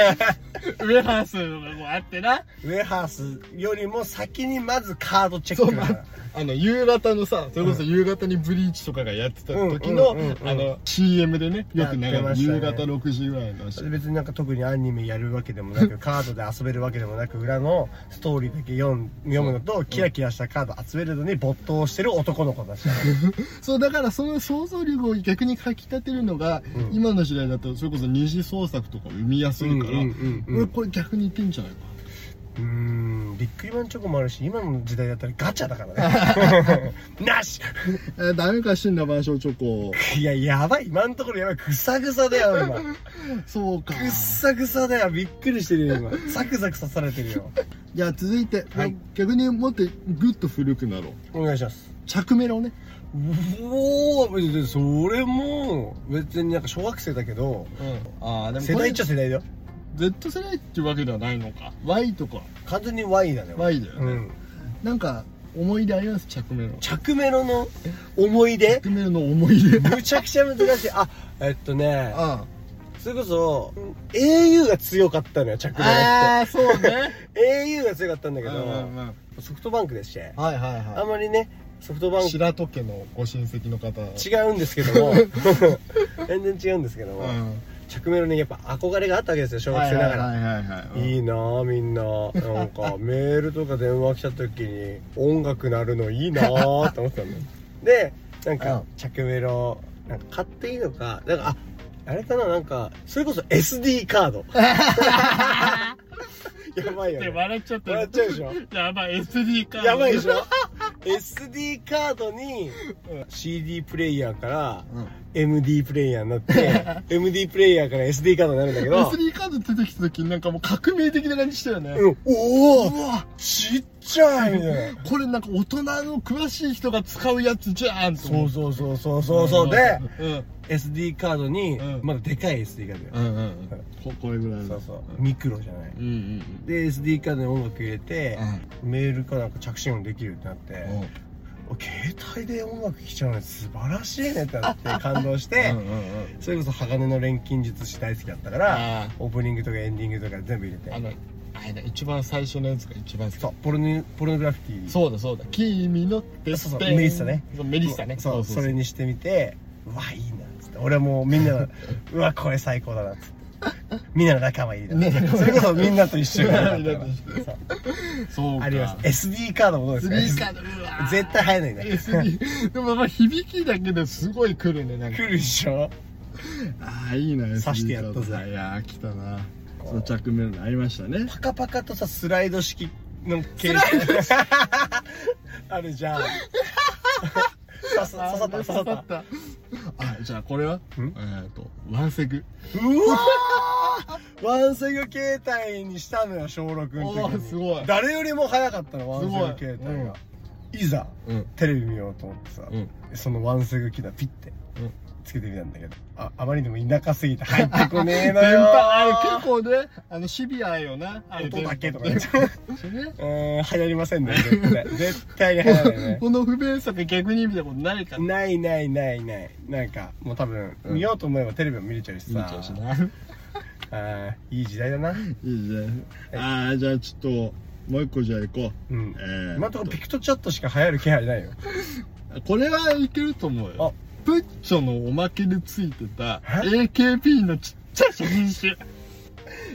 Speaker 1: ウエハースのがこうあってな
Speaker 2: ウェハースよりも先にまずカードチェッ
Speaker 1: そ
Speaker 2: ク
Speaker 1: う
Speaker 2: だから。
Speaker 1: あの夕方のさそれこそ夕方にブリーチとかがやってた時の、
Speaker 2: うんうんうんうん
Speaker 1: あの CM でねよく流れ
Speaker 2: や
Speaker 1: る、
Speaker 2: ってましたね
Speaker 1: 夕方6時ぐらいの
Speaker 2: それ別になんか特にアニメやるわけでもなくカードで遊べるわけでもなく裏のストーリーだけ読ん読むのとキラキラしたカード集めるのに没頭してる男の子たちだから
Speaker 1: そうだからその想像力を逆にかきたてるのが、
Speaker 2: うん
Speaker 1: 今の時代だとそれこそ二次創作とかを生みやすいから、
Speaker 2: うんうんうんうん
Speaker 1: 俺これ逆にいけんじゃないかな
Speaker 2: うーんビックリマンチョコもあるし今の時代だったらガチャだからねなし
Speaker 1: えー、ダメか、死んだ万象チョコ。
Speaker 2: いややばい今のところやばいぐさぐさだよ今
Speaker 1: そうか。
Speaker 2: ぐっさぐさだよびっくりしてるよ今サクサク刺されてるよ
Speaker 1: じゃあ続いて、
Speaker 2: はい
Speaker 1: 逆にもっとぐっと古くなろう。
Speaker 2: お願いします
Speaker 1: 着メロね。
Speaker 2: おおそれも別になんか小学生だけど
Speaker 1: うん。ああ、でも
Speaker 2: 世代っちゃ世代だよ
Speaker 1: Z 世代っていうわけではないのか。Y とか。
Speaker 2: 完全に Y だね
Speaker 1: Y だよ
Speaker 2: う
Speaker 1: ね。
Speaker 2: ん
Speaker 1: なんか、思い出あります着メロ。
Speaker 2: 着メロの思い出
Speaker 1: 着メロの思い 出。
Speaker 2: むちゃくちゃ難しいあえっとね
Speaker 1: あ
Speaker 2: それこそ au が強かったのよ着メロっ
Speaker 1: あー、 そうね。
Speaker 2: て au が強かったんだけ
Speaker 1: うんうんう
Speaker 2: ど
Speaker 1: ん
Speaker 2: ソフトバンクでして
Speaker 1: はいはい
Speaker 2: あ
Speaker 1: は
Speaker 2: まりねソフトバンク
Speaker 1: 白戸家のご親戚の方
Speaker 2: 違うんですけ ども全然違うんですけども、
Speaker 1: うん
Speaker 2: 着メロにやっぱ憧れがあったわけですよ小学生ながら、
Speaker 1: はいはいはいはいはい
Speaker 2: いいなあみんななんかメールとか電話来た時に音楽鳴るのいいなあって思ってたのでなん
Speaker 1: う
Speaker 2: か
Speaker 1: ん
Speaker 2: 着メロなんか買っていいのかなんかああれかななんかそれこそ SD カードやばいよ、
Speaker 4: で
Speaker 2: ね、
Speaker 4: 笑っちゃった
Speaker 2: 笑っちゃうでしょ
Speaker 4: やばい SD カード
Speaker 2: やばいでし ょ SD カードに CD プレイヤーから
Speaker 1: うん
Speaker 2: MD プレイヤーになって MD プレイヤーから SD カードになるんだけど
Speaker 1: SD カード出てきた時になんかもう革命的な感じしたよね、
Speaker 2: うん、おお
Speaker 1: うわ
Speaker 2: ちっちゃいね
Speaker 1: これなんか大人の詳しい人が使うやつじゃんと
Speaker 2: そ
Speaker 1: 思
Speaker 2: う
Speaker 1: って
Speaker 2: そうそうそうそうそうで
Speaker 1: うん
Speaker 2: SD カードに
Speaker 1: うん
Speaker 2: まだでかい SD カードよ
Speaker 1: うんうんうんここれぐらいの
Speaker 2: そうそうミクロじゃない
Speaker 1: うんうん
Speaker 2: で SD カードに音楽入れて
Speaker 1: うん
Speaker 2: メールかなんか着信音できるってなって
Speaker 1: うん
Speaker 2: 携帯で音楽聴ちゃうの素晴らしいねって なって感動して
Speaker 1: うんうんうん
Speaker 2: それこそ鋼の錬金術師大好きだったから
Speaker 1: あ
Speaker 2: オープニングとかエンディングとか全部入
Speaker 1: ー
Speaker 2: れ
Speaker 1: あ
Speaker 2: て
Speaker 1: のあれだ一番最初のやつが一番好き
Speaker 2: そうポルノポルノグラフィティ
Speaker 1: そうだそうだ君のって
Speaker 2: そうそうメリッサね
Speaker 1: そうメリッサね
Speaker 2: そうそれにしてみてうわいいなっつって俺はもうみん なうわこれ最高だなっつってみんなの仲間いいな、
Speaker 1: ね
Speaker 2: それこ そみんなと一緒にな
Speaker 1: みんなと一
Speaker 2: そう
Speaker 1: そうか
Speaker 2: あります。SD カードもどうですか
Speaker 1: SD カードうわー
Speaker 2: 絶対入らないね
Speaker 1: SD でもまあ響きだけですごい来るねなんか
Speaker 2: 来るでしょ
Speaker 1: ああいいな
Speaker 2: 刺してやった
Speaker 1: SD
Speaker 2: ぜ
Speaker 1: カードいやー来たなその着メロにありましたね
Speaker 2: パカパカとさスライド式の携帯 あるじゃん 刺さ刺さった刺さった
Speaker 1: たあじゃあこれはえっ、とワンセグ
Speaker 2: うわーワンセグ携帯にしたのよ小6の
Speaker 1: お
Speaker 2: 時
Speaker 1: ー
Speaker 2: に
Speaker 1: すごい
Speaker 2: 誰よりも早かったのワンセグ携
Speaker 1: すごい
Speaker 2: 帯がいざ
Speaker 1: うん
Speaker 2: テレビ見ようと思ってさ、
Speaker 1: うん
Speaker 2: そのワンセグ機能ピッて
Speaker 1: うん
Speaker 2: つけてみたんだけど、ああまりにも田舎すぎて入ってこねえの
Speaker 1: 電
Speaker 2: よ
Speaker 1: 波あれ結構ねあのシビアよなあれ
Speaker 2: 音だけとか
Speaker 1: 電
Speaker 2: ね
Speaker 1: 波ね
Speaker 2: うーん流行りませんね絶 対絶対に流行らないね
Speaker 1: この不便さって逆に見たことないから
Speaker 2: ないないないないなんかもう多分、
Speaker 1: うん
Speaker 2: 見ようと思えばテレビも見れちゃうしさ
Speaker 1: いい調子な
Speaker 2: あーいい時代だない
Speaker 1: いね。ああ、じゃあちょっと、もう一個じゃあ行こう。
Speaker 2: うん
Speaker 1: えー
Speaker 2: 今のところピクトチャットしか流行る気配ないよ
Speaker 1: これはいけると思うよ。プッチョのおまけでついてた、AKB のちっちゃい写真集。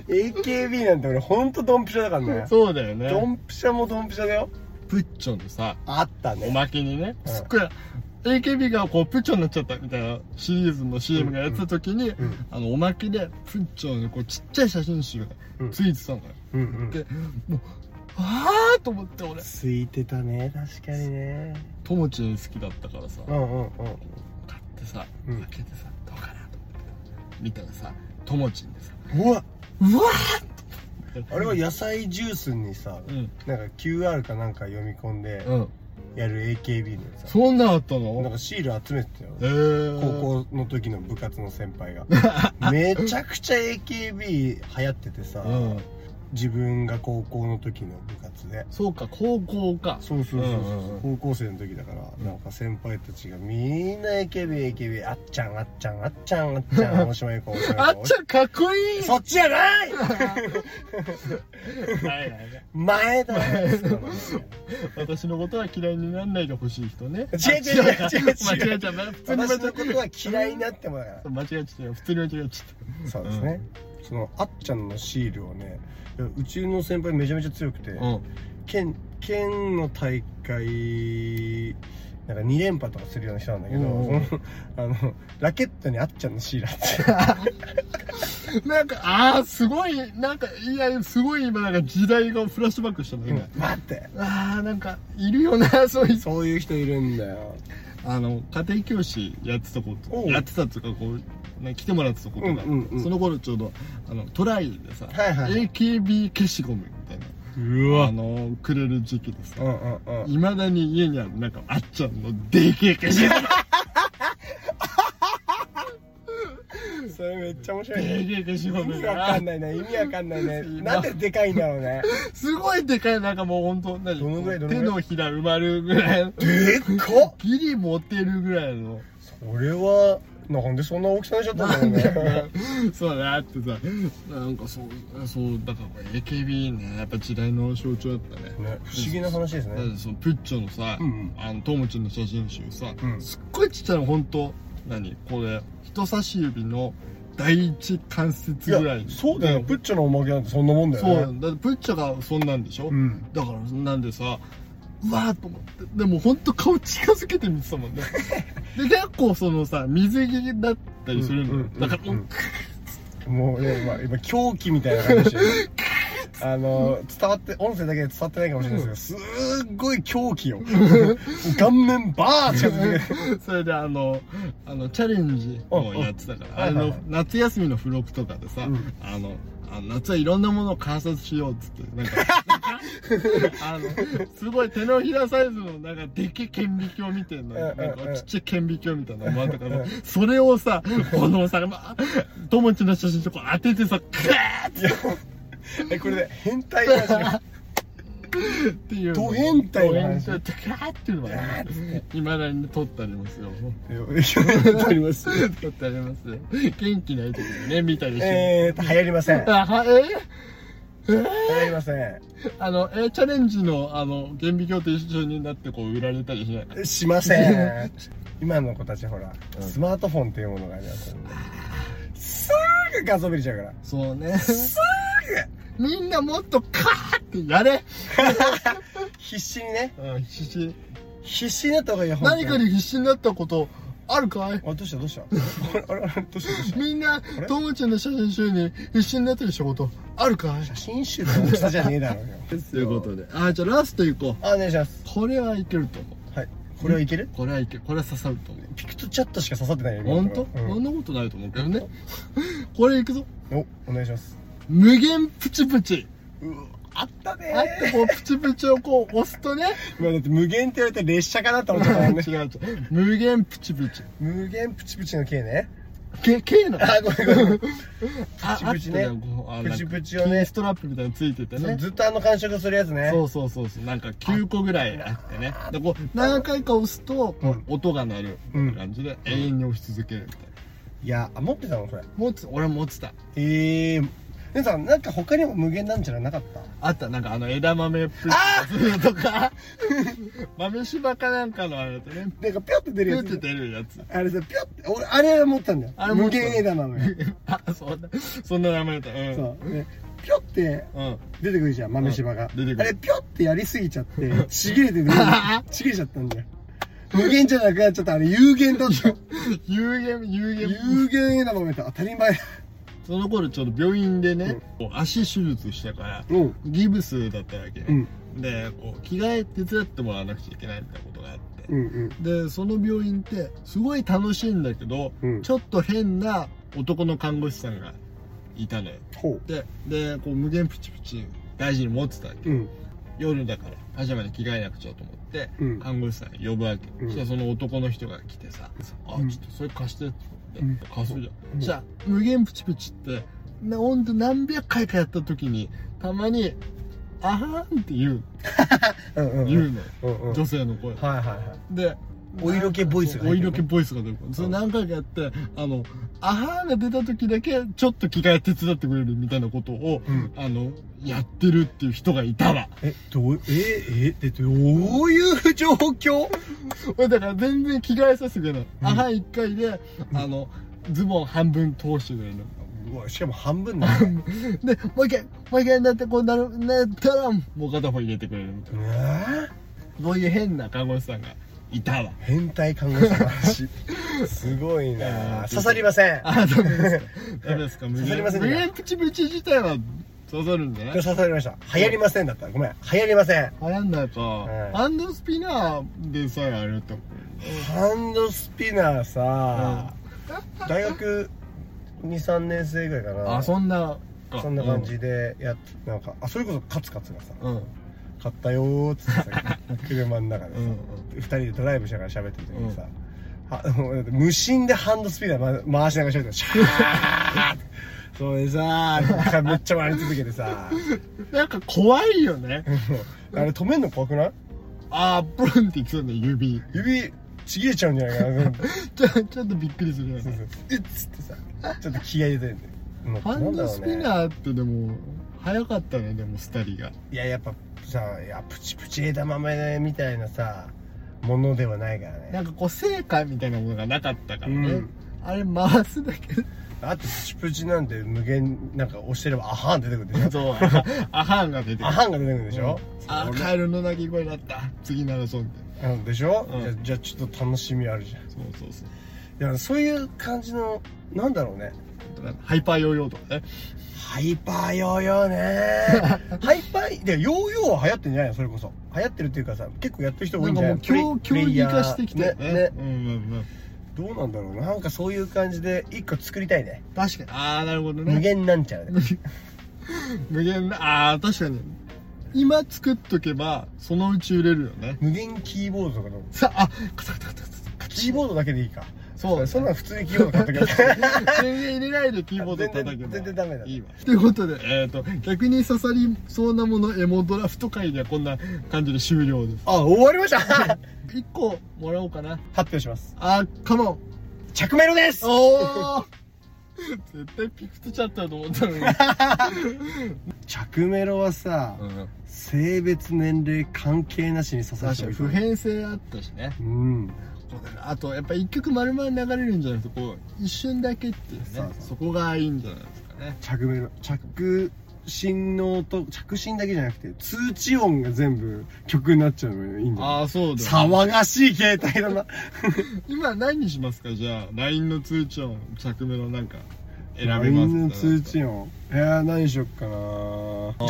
Speaker 2: AKB なんて俺ほんとドンピシャだからね
Speaker 1: そうだよ
Speaker 2: ド
Speaker 1: ね。
Speaker 2: ンピシャもドンピシャだよ
Speaker 1: プッチョのさ、
Speaker 2: あった
Speaker 1: おまけにね、
Speaker 2: うん
Speaker 1: すっごい、AKB がこう、プッチョになっちゃったみたいなシリーズの CM がやってた時に、
Speaker 2: うん
Speaker 1: あの、おまけで、プッチョのこう、ちっちゃい写真集がついてたのよ。
Speaker 2: うんうん
Speaker 1: で、もう、あーと思って俺、
Speaker 2: ついてたね確かにね
Speaker 1: 友知好きだったからさ、
Speaker 2: うんうんうん
Speaker 1: 買ってさ、
Speaker 2: うん
Speaker 1: 開けてさどうかなと思って見たらさともちんでさ
Speaker 2: うわ
Speaker 1: うわ
Speaker 2: あれは野菜ジュースにさ、
Speaker 1: うん
Speaker 2: なんか QR かなんか読み込んで
Speaker 1: うん
Speaker 2: やる AKB のさ、
Speaker 1: そんなんあった
Speaker 2: なん
Speaker 1: の
Speaker 2: かシール集めてたよ、
Speaker 1: えー、
Speaker 2: 高校の時の部活の先輩が めちゃくちゃ AKB 流行っててさ、
Speaker 1: うん
Speaker 2: 自分が高校の時の部活で
Speaker 1: そうか高校か
Speaker 2: そうそうそうそう,、
Speaker 1: うんうんうん
Speaker 2: 高校生の時だから、なんか先輩たちがみんな AKBAKB あっちゃんあっちゃんあっちゃんあっ ちゃん大島優子大島
Speaker 1: あ
Speaker 2: 優
Speaker 1: っ
Speaker 2: 子
Speaker 1: ちゃんかっこいい
Speaker 2: そっちじゃない
Speaker 4: はいはいはい
Speaker 2: 前だ違う
Speaker 1: 私のことは嫌いにならないでほしい人ね
Speaker 2: 違う
Speaker 1: 間違
Speaker 2: 違う違う違う
Speaker 1: えちゃった普通に間
Speaker 2: 私
Speaker 1: 違
Speaker 2: のことは嫌いになってもだから
Speaker 1: え間違えちゃった普通に間違えちゃっ
Speaker 2: そうですね、そのあっちゃんのシールをねいやうちの先輩めちゃめちゃ強くて、
Speaker 1: たうん
Speaker 2: 県県の大会なんか2連覇とかするような人なんだけど、
Speaker 1: うんうん
Speaker 2: その あのラケットにあっちゃんのシールあっ て
Speaker 1: なんかああすごいなんかいやすごい今なんか時代がフラッシュバックしたの今、
Speaker 2: 待って
Speaker 1: ああなんかいるよな そういう
Speaker 2: そういう人いるんだよ
Speaker 1: あの家庭教師やってたこ
Speaker 2: お
Speaker 1: と
Speaker 2: う
Speaker 1: やってたっていうかこう、ね、来てもらってたことがあって、
Speaker 2: うんうんうん
Speaker 1: その頃ちょうどあのトライでさ、
Speaker 2: はいはい
Speaker 1: AKB 消しゴムみたいな
Speaker 2: う
Speaker 1: あのくれる時期で
Speaker 2: う
Speaker 1: さ
Speaker 2: んうんうん
Speaker 1: いまだに家にあるなんかあっちゃんのでけえ消しゴ ム
Speaker 2: それめっちゃ面白い
Speaker 4: で
Speaker 2: ね
Speaker 4: けえ消し
Speaker 2: 意
Speaker 4: ゴム
Speaker 2: 味わか
Speaker 4: が
Speaker 2: んないね意味わかんない ねなんででかいんだろうね
Speaker 1: すごいでかいなんかもうほんと何
Speaker 2: どのぐらいどのぐ
Speaker 1: 手
Speaker 2: らい
Speaker 1: のひら埋まるぐらい
Speaker 2: でっか
Speaker 1: ギリ持てるぐらいの
Speaker 2: それはなんでそんな大きさにしちゃったんだ
Speaker 1: な
Speaker 2: ろうん
Speaker 1: で
Speaker 2: ね。
Speaker 1: そうだってさなんかそうそうだから AKB ねやっぱ時代の象徴だったね
Speaker 2: ね不思議な話です
Speaker 1: だっ
Speaker 2: ね。
Speaker 1: てそのプッチョのさ、
Speaker 2: うん
Speaker 1: あのトモチンの写真集さ、
Speaker 2: うん
Speaker 1: すっごいちっちゃいのほんと何これ人差し指の第一関節ぐらい
Speaker 2: いや、そうだよ。プッチョのおまけなんてそんなもんだ
Speaker 1: そう
Speaker 2: よね。
Speaker 1: だってプッチョがそんなんでしょ、
Speaker 2: うん。
Speaker 1: だからそんなんでさうわーと思ってでもほんと顔近づけて見てたもん ねで結構そのさ水着だったりするのよ、
Speaker 2: うんうんうん
Speaker 1: だから、
Speaker 2: うんもうね、まあ、今狂気みたいな感じでしたよ あの伝わって音声だけで伝わってないかもしれないですけどすっごい狂気を顔面バーッてやってて
Speaker 1: それであのあのチャレンジをやってたか
Speaker 2: あ
Speaker 1: ら
Speaker 2: あ
Speaker 1: あ
Speaker 2: はい
Speaker 1: の
Speaker 2: はいはい
Speaker 1: 夏休みの付録とかでさ、
Speaker 2: うん
Speaker 1: あのあの夏はいろんなものを観察しようっつってなんか あのすごい手のひらサイズのなんかでっけえ顕微鏡みたいななん
Speaker 2: うんうんうん
Speaker 1: かちっちゃい顕微鏡みたいなのもあったからそれをさこのさ友達の写真とこう当ててさクー
Speaker 2: いや えこれで変態な話が
Speaker 1: っていう
Speaker 2: ド変態な話
Speaker 1: ド変態クーっていうのがいまだに撮ってありますよ
Speaker 2: あります
Speaker 1: 撮ってありますよ元気ない時にね見たりして、
Speaker 2: えーと流行りません流
Speaker 1: あはえ
Speaker 2: 行りません
Speaker 1: あの、えチャレンジの、あの、顕微鏡と一緒になって、こう、売られたりしない
Speaker 2: しません今の子たちほら、スマートフォンっていうものがありますんですぐ画像見れちゃうから
Speaker 1: そうね。すぐ みんなもっとカーってやれ
Speaker 2: 必死にね
Speaker 1: うん、必死。
Speaker 2: 必死になった方がいいよ本当
Speaker 1: 何かに必死になったこと、あるかい
Speaker 2: あどうしたどうしたあれあれどうしたどうした
Speaker 1: みんな、ともちゃんの写真集に必死になってる仕事、あるかい
Speaker 2: 写真集の大きさじゃねえだろうよ
Speaker 1: ということで。あ、じゃあラスト行こう。
Speaker 2: あお願いします
Speaker 1: これはいけると思う。
Speaker 2: はいこれはいける
Speaker 1: これはいける。これは刺さると思う。
Speaker 2: ピクトチャットしか刺さってないよ
Speaker 1: ほん
Speaker 2: 今
Speaker 1: と
Speaker 2: のところ
Speaker 1: そんなことないと思うけどね。これいくぞ。
Speaker 2: うんおお願いします
Speaker 1: 無限プチプチ。
Speaker 2: うわあったね
Speaker 1: あって、こう、プチプチをこう、押すとね。
Speaker 2: 今だって無限って言われて列車かなと思ったからね
Speaker 1: 違う違う無限プチプチ
Speaker 2: 無限プチプチの K ね
Speaker 1: けけなの
Speaker 2: あごめんごめん
Speaker 1: あ
Speaker 2: プチプチ
Speaker 1: あ
Speaker 2: ね
Speaker 1: ったよこうあなんか
Speaker 2: プチプチをね
Speaker 1: ピンストラップみたいなのついてて
Speaker 2: そう
Speaker 1: ね
Speaker 2: ずっとあの感触するやつね
Speaker 1: そうそうそうそうなんか9個ぐらいあってねでこう何回か押すと
Speaker 2: うん
Speaker 1: 音が鳴るみたいな感じで永遠に押し続けるみたいない
Speaker 2: やあ持ってたのこれ
Speaker 1: 持つ俺持ってた
Speaker 2: ええ皆さんなんか他にも無限なんじゃなかった
Speaker 1: あったなんかあの枝豆プチとか 豆柴かなんかのあれとね
Speaker 2: なんかピョって出
Speaker 1: ピュ
Speaker 2: るや
Speaker 1: って
Speaker 2: つ
Speaker 1: 出るやつ
Speaker 2: あれさピョって俺あれ持ったんだよ
Speaker 1: あれ持
Speaker 2: 無
Speaker 1: った
Speaker 2: 限枝なのよ
Speaker 1: あそんなそんな名前だったうん
Speaker 2: そうねピョって
Speaker 1: うん
Speaker 2: 出てくるじゃん豆柴が、
Speaker 1: うん出てくる
Speaker 2: あれピョってやりすぎち ゃってちぎれてねちぎれちゃったんだよ無限じゃなくなっちゃったあれ有限 だった
Speaker 1: 有限有限
Speaker 2: 有限枝豆って当たり前
Speaker 1: その頃ちょっと病院でね、こう足手術したから、
Speaker 2: うん
Speaker 1: ギブスだったわけ、
Speaker 2: うん
Speaker 1: でこう着替え手伝ってもらわなくちゃいけないみたいなことがあって、
Speaker 2: うんうん
Speaker 1: でその病院ってすごい楽しいんだけど、
Speaker 2: うん
Speaker 1: ちょっと変な男の看護師さんがいたのよ
Speaker 2: ほう
Speaker 1: ででこう無限プチプチ大事に持ってたわけ、
Speaker 2: うん
Speaker 1: 夜だからパジャマに着替えなくちゃと思って、
Speaker 2: うん
Speaker 1: 看護師さん呼ぶわけ、
Speaker 2: うん
Speaker 1: そしたらその男の人が来てさ「あ
Speaker 2: うん
Speaker 1: ちょっとそれ貸して」って
Speaker 2: う
Speaker 1: 言っ
Speaker 2: ん
Speaker 1: て貸すじゃん、
Speaker 2: うん
Speaker 1: じゃあ無限プチプチってなほんと何百回かやった時にたまに「あはん」って言う
Speaker 2: うんうん
Speaker 1: 言うのよ、
Speaker 2: うんうんはい
Speaker 1: 女性の声
Speaker 2: はいはい
Speaker 1: で
Speaker 2: お色気ボイスが
Speaker 1: お
Speaker 2: 入ってる
Speaker 1: 色気ボイスが出るそれ何回かやってあの「あはん」が出た時だけちょっと着替え手伝ってくれるみたいなことを、
Speaker 2: うん
Speaker 1: あのやってるっていう人がいたわ
Speaker 2: えどうえええどういう状況
Speaker 1: 俺だから全然着替えさせてくれない、
Speaker 2: うん
Speaker 1: あはん1回であのズボン半分通してくれるの
Speaker 2: うわしかも半分なの
Speaker 1: でもう一回もう一回になってこうなるなったらもう片方入れてくれるみたいうな
Speaker 2: わ
Speaker 1: そういう変な看護師さんがいたわ
Speaker 2: 変態看護師の 話すごいな刺さりません
Speaker 1: あダメですかダメですか無
Speaker 2: 刺さり
Speaker 1: 限
Speaker 2: ませんね
Speaker 1: 無限プチプチ自体は刺さるんじゃない
Speaker 2: 刺さりました流行りませんだったごめん流行りません
Speaker 1: 流行んないか、
Speaker 2: ん
Speaker 1: ハンドスピナーでさえあれと
Speaker 2: ハンドスピナーさ、大学23年生ぐらいかな
Speaker 1: あそんなか
Speaker 2: そんな感じでやっなんかあそれこそカツカツがさ
Speaker 1: うんうん
Speaker 2: 「買ったよ」ーっつって さ車の中でさ、
Speaker 1: うんうん
Speaker 2: 2人でドライブしながら喋ってる時にさ、は もうだって無心でハンドスピナー、ま、回しながら喋ってたシャーッ それでさめっちゃ回り続けてさ
Speaker 1: なんか怖いよね
Speaker 2: あれ止めんの怖くない
Speaker 1: あープルンっていきそうね指
Speaker 2: 指ちぎれちゃうんじゃないかな
Speaker 1: ちょちょっとびっくりするよ
Speaker 2: そう
Speaker 1: ね
Speaker 2: そう
Speaker 1: うっつってさ
Speaker 2: ちょっと気合い入れてるんで
Speaker 1: ハンドスピ
Speaker 2: ー
Speaker 1: ナーってでも早かったねでもスタリが
Speaker 2: いややっぱさいやプチプチ枝豆みたいなさものではないからね
Speaker 1: なんかこう成果みたいなものがなかったから
Speaker 2: う
Speaker 1: ね、
Speaker 2: ん
Speaker 1: あれ回すだけ
Speaker 2: あとプチプチなんて無限なんか押してればアハン出てくるでしょ
Speaker 1: そうアアハンが出てくる
Speaker 2: アハンが出てくるでしょ、
Speaker 1: あカエルの鳴き声だった次ならそうみたいな
Speaker 2: うんでしょ、
Speaker 1: うん
Speaker 2: じゃじゃあちょっと楽しみあるじゃん
Speaker 1: そうそうそう
Speaker 2: いやそういう感じのなんだろうね
Speaker 1: だからハイパーヨーヨーとかね
Speaker 2: ハイパーヨーヨ ーねハイパーでヨーヨーは流行ってんじゃないのそれこそ流行ってるっていうかさ結構やってる人多
Speaker 1: ないん
Speaker 2: んじ
Speaker 1: か
Speaker 2: ゃな
Speaker 1: も
Speaker 2: いう
Speaker 1: 競競技化してきて
Speaker 2: ね
Speaker 1: ね
Speaker 2: ね
Speaker 1: うんうんうん
Speaker 2: どうなんだろうななんかそういう感じで一個作りたいね
Speaker 1: 確かにああなるほど
Speaker 2: 無
Speaker 1: ね
Speaker 2: 限なんちゃうね
Speaker 1: 無限なああ確かに今作っとけばそのうち売れるよね
Speaker 2: 無限キーボードとかどう
Speaker 1: さあカタカタカタカタ
Speaker 2: キーボードだけでいいか
Speaker 1: そう
Speaker 2: そんなの普通にキーボード買ってください
Speaker 1: 全然入れないでキーボード叩けば
Speaker 2: 全然全然ダメだ
Speaker 1: いいわということで、えー、と逆に刺さりそうなものエモドラフト会ではこんな感じで終了です
Speaker 2: あ終わりました発
Speaker 1: 1個もらおうかな
Speaker 2: 表します
Speaker 1: あカモン
Speaker 2: 着メロです
Speaker 1: おお絶対ピクトちゃったと思ったのに、
Speaker 2: 着メロはさ、性別年齢関係なしに刺さる
Speaker 1: 確か
Speaker 2: 人
Speaker 1: に普
Speaker 2: 多いから
Speaker 1: 遍性あったしね
Speaker 2: うん
Speaker 1: あとやっぱ一曲丸々流れるんじゃなくてこう一瞬だけっていうね
Speaker 2: そうそう
Speaker 1: そこがいいんじゃないですかね
Speaker 2: 着メロ着信の音着信だけじゃなくて通知音が全部曲になっちゃうのがいいんだよ
Speaker 1: ああそうだよ
Speaker 2: 騒がしい携帯だな
Speaker 1: 今何にしますかじゃあ LINE の通知音着目のなんか選べます
Speaker 2: LINE の通知音えー、何しよっかなじゃ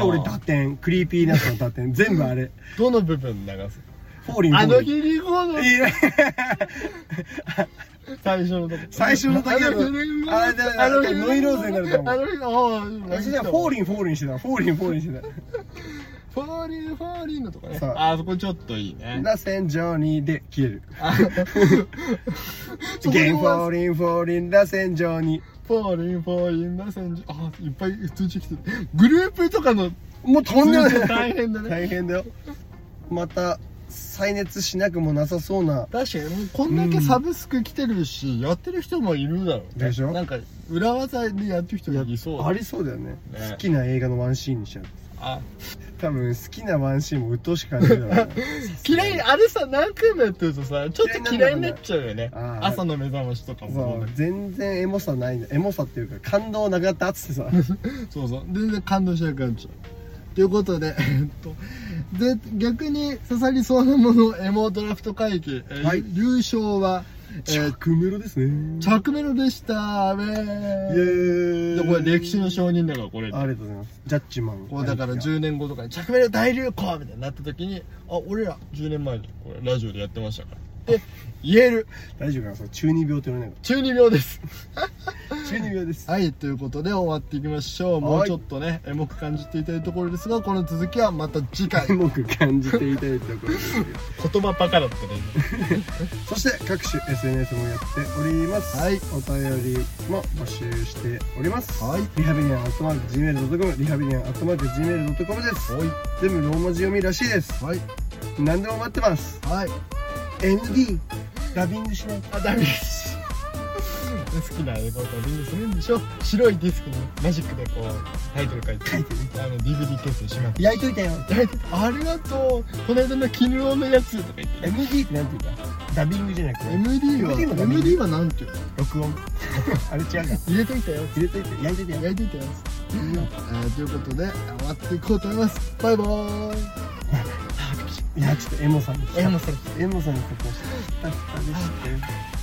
Speaker 2: あ俺打点クリーピーナッツの打点全部あれ
Speaker 1: どの部分流す
Speaker 2: フォーリン
Speaker 1: あの
Speaker 2: フォーリン
Speaker 1: 日リコーの
Speaker 2: いや
Speaker 1: 最初のとこ
Speaker 2: 最初の時
Speaker 1: あ
Speaker 2: だと
Speaker 1: の日リコー
Speaker 2: あだからノイローゼになると思う
Speaker 1: あの日の
Speaker 2: 私じゃあフォーリンフォーリンしてたフォーリンフォーリンして
Speaker 1: フォーリンフォーリンのとかね
Speaker 2: そう
Speaker 1: あそこちょっといい
Speaker 2: た
Speaker 1: ね
Speaker 2: 螺旋状にで消える
Speaker 1: そこ
Speaker 2: ゲンフォ
Speaker 1: は
Speaker 2: ーリンフォーリン螺旋状に
Speaker 1: フォーリンフォーリンな戦時あいっぱい通知来てるグループとかの
Speaker 2: もうとんでも
Speaker 1: 通知
Speaker 2: な
Speaker 1: 大
Speaker 2: い
Speaker 1: 変だね
Speaker 2: 大変だよまた再熱しなくもなさそうな
Speaker 1: 確かにもうこんだけサブスク来てるし、やってる人もいるだろうね
Speaker 2: でしょ
Speaker 1: なんか裏技でやってる人がいそうだ
Speaker 2: ありそうだよね
Speaker 1: ね
Speaker 2: 好きな映画のワンシーンにしちゃう
Speaker 1: あ
Speaker 2: 多分好きなワンシーンも鬱陶しく感じ るだろうね
Speaker 1: 嫌いあれさ何回もやってるとさちょっと嫌いになっちゃうよね
Speaker 2: 嫌いになるんだあー
Speaker 1: 朝の目覚ましとかも
Speaker 2: そ
Speaker 1: そうだ
Speaker 2: う
Speaker 1: け
Speaker 2: 全然エモさないエモさっていうか感動なくなったっつってさ
Speaker 1: どそうそう全然感動しなくなっちゃうということで、 えっと、で逆に刺さりそうなものエモドラフト会議、えー
Speaker 2: はい
Speaker 1: 優勝は、えー、
Speaker 2: 着メロですね
Speaker 1: 着メロでしたウェ
Speaker 2: イ
Speaker 1: ー
Speaker 2: エ
Speaker 1: イ
Speaker 2: ー
Speaker 1: で
Speaker 2: イ
Speaker 1: これ歴史の証人だからこれ
Speaker 2: ありがとうございますジャッジマン
Speaker 1: こうだから
Speaker 2: はい
Speaker 1: 10年後とかに着メロ大流行みたいになった時にあ俺ら10年前にこれラジオでやってましたからで言える
Speaker 2: 大丈夫かなそれ中二病って言われない
Speaker 1: 中二病です
Speaker 2: から中二病です
Speaker 1: はいということで終わっていきましょうもうちょっとねエモく感じていただいたところですがこの続きはまた次回言
Speaker 2: 僕感じていただいたところです
Speaker 1: 葉バカだったね
Speaker 2: そして各種 SNS もやっております。
Speaker 1: はい
Speaker 2: お便りも募集しております。
Speaker 1: はい
Speaker 2: リハビリアンアットマーク Gmail.com、リハビリアンアットマーク Gmail.com です。
Speaker 1: 今
Speaker 2: 全部ローマ字読みらしいです。
Speaker 1: はい
Speaker 2: 何でも待ってます。
Speaker 1: はい
Speaker 2: ND、ダビングしない。
Speaker 1: あダメです 好きなレコードをリングするんでしょ白いディスクにマジックでこうタイトル書いてあの DVD 決定します
Speaker 2: 焼いといたよ。
Speaker 1: ありがとうこの間の絹郎のやつとか言って
Speaker 2: MD ってなんて言うかダビングじゃなくて、
Speaker 1: MD は
Speaker 2: MD は何
Speaker 1: MD は何て言うの
Speaker 2: 録音。 あれ違うか。
Speaker 1: 入れといたよ
Speaker 2: 入れといて、焼いといてよ。
Speaker 1: 焼いといたよ、えー、ということで終わっていこうと思いますバイ バーイ
Speaker 2: いや、ちょっとエモさんに。
Speaker 1: エモさん
Speaker 2: エモさんに加工して。パッパでしたよ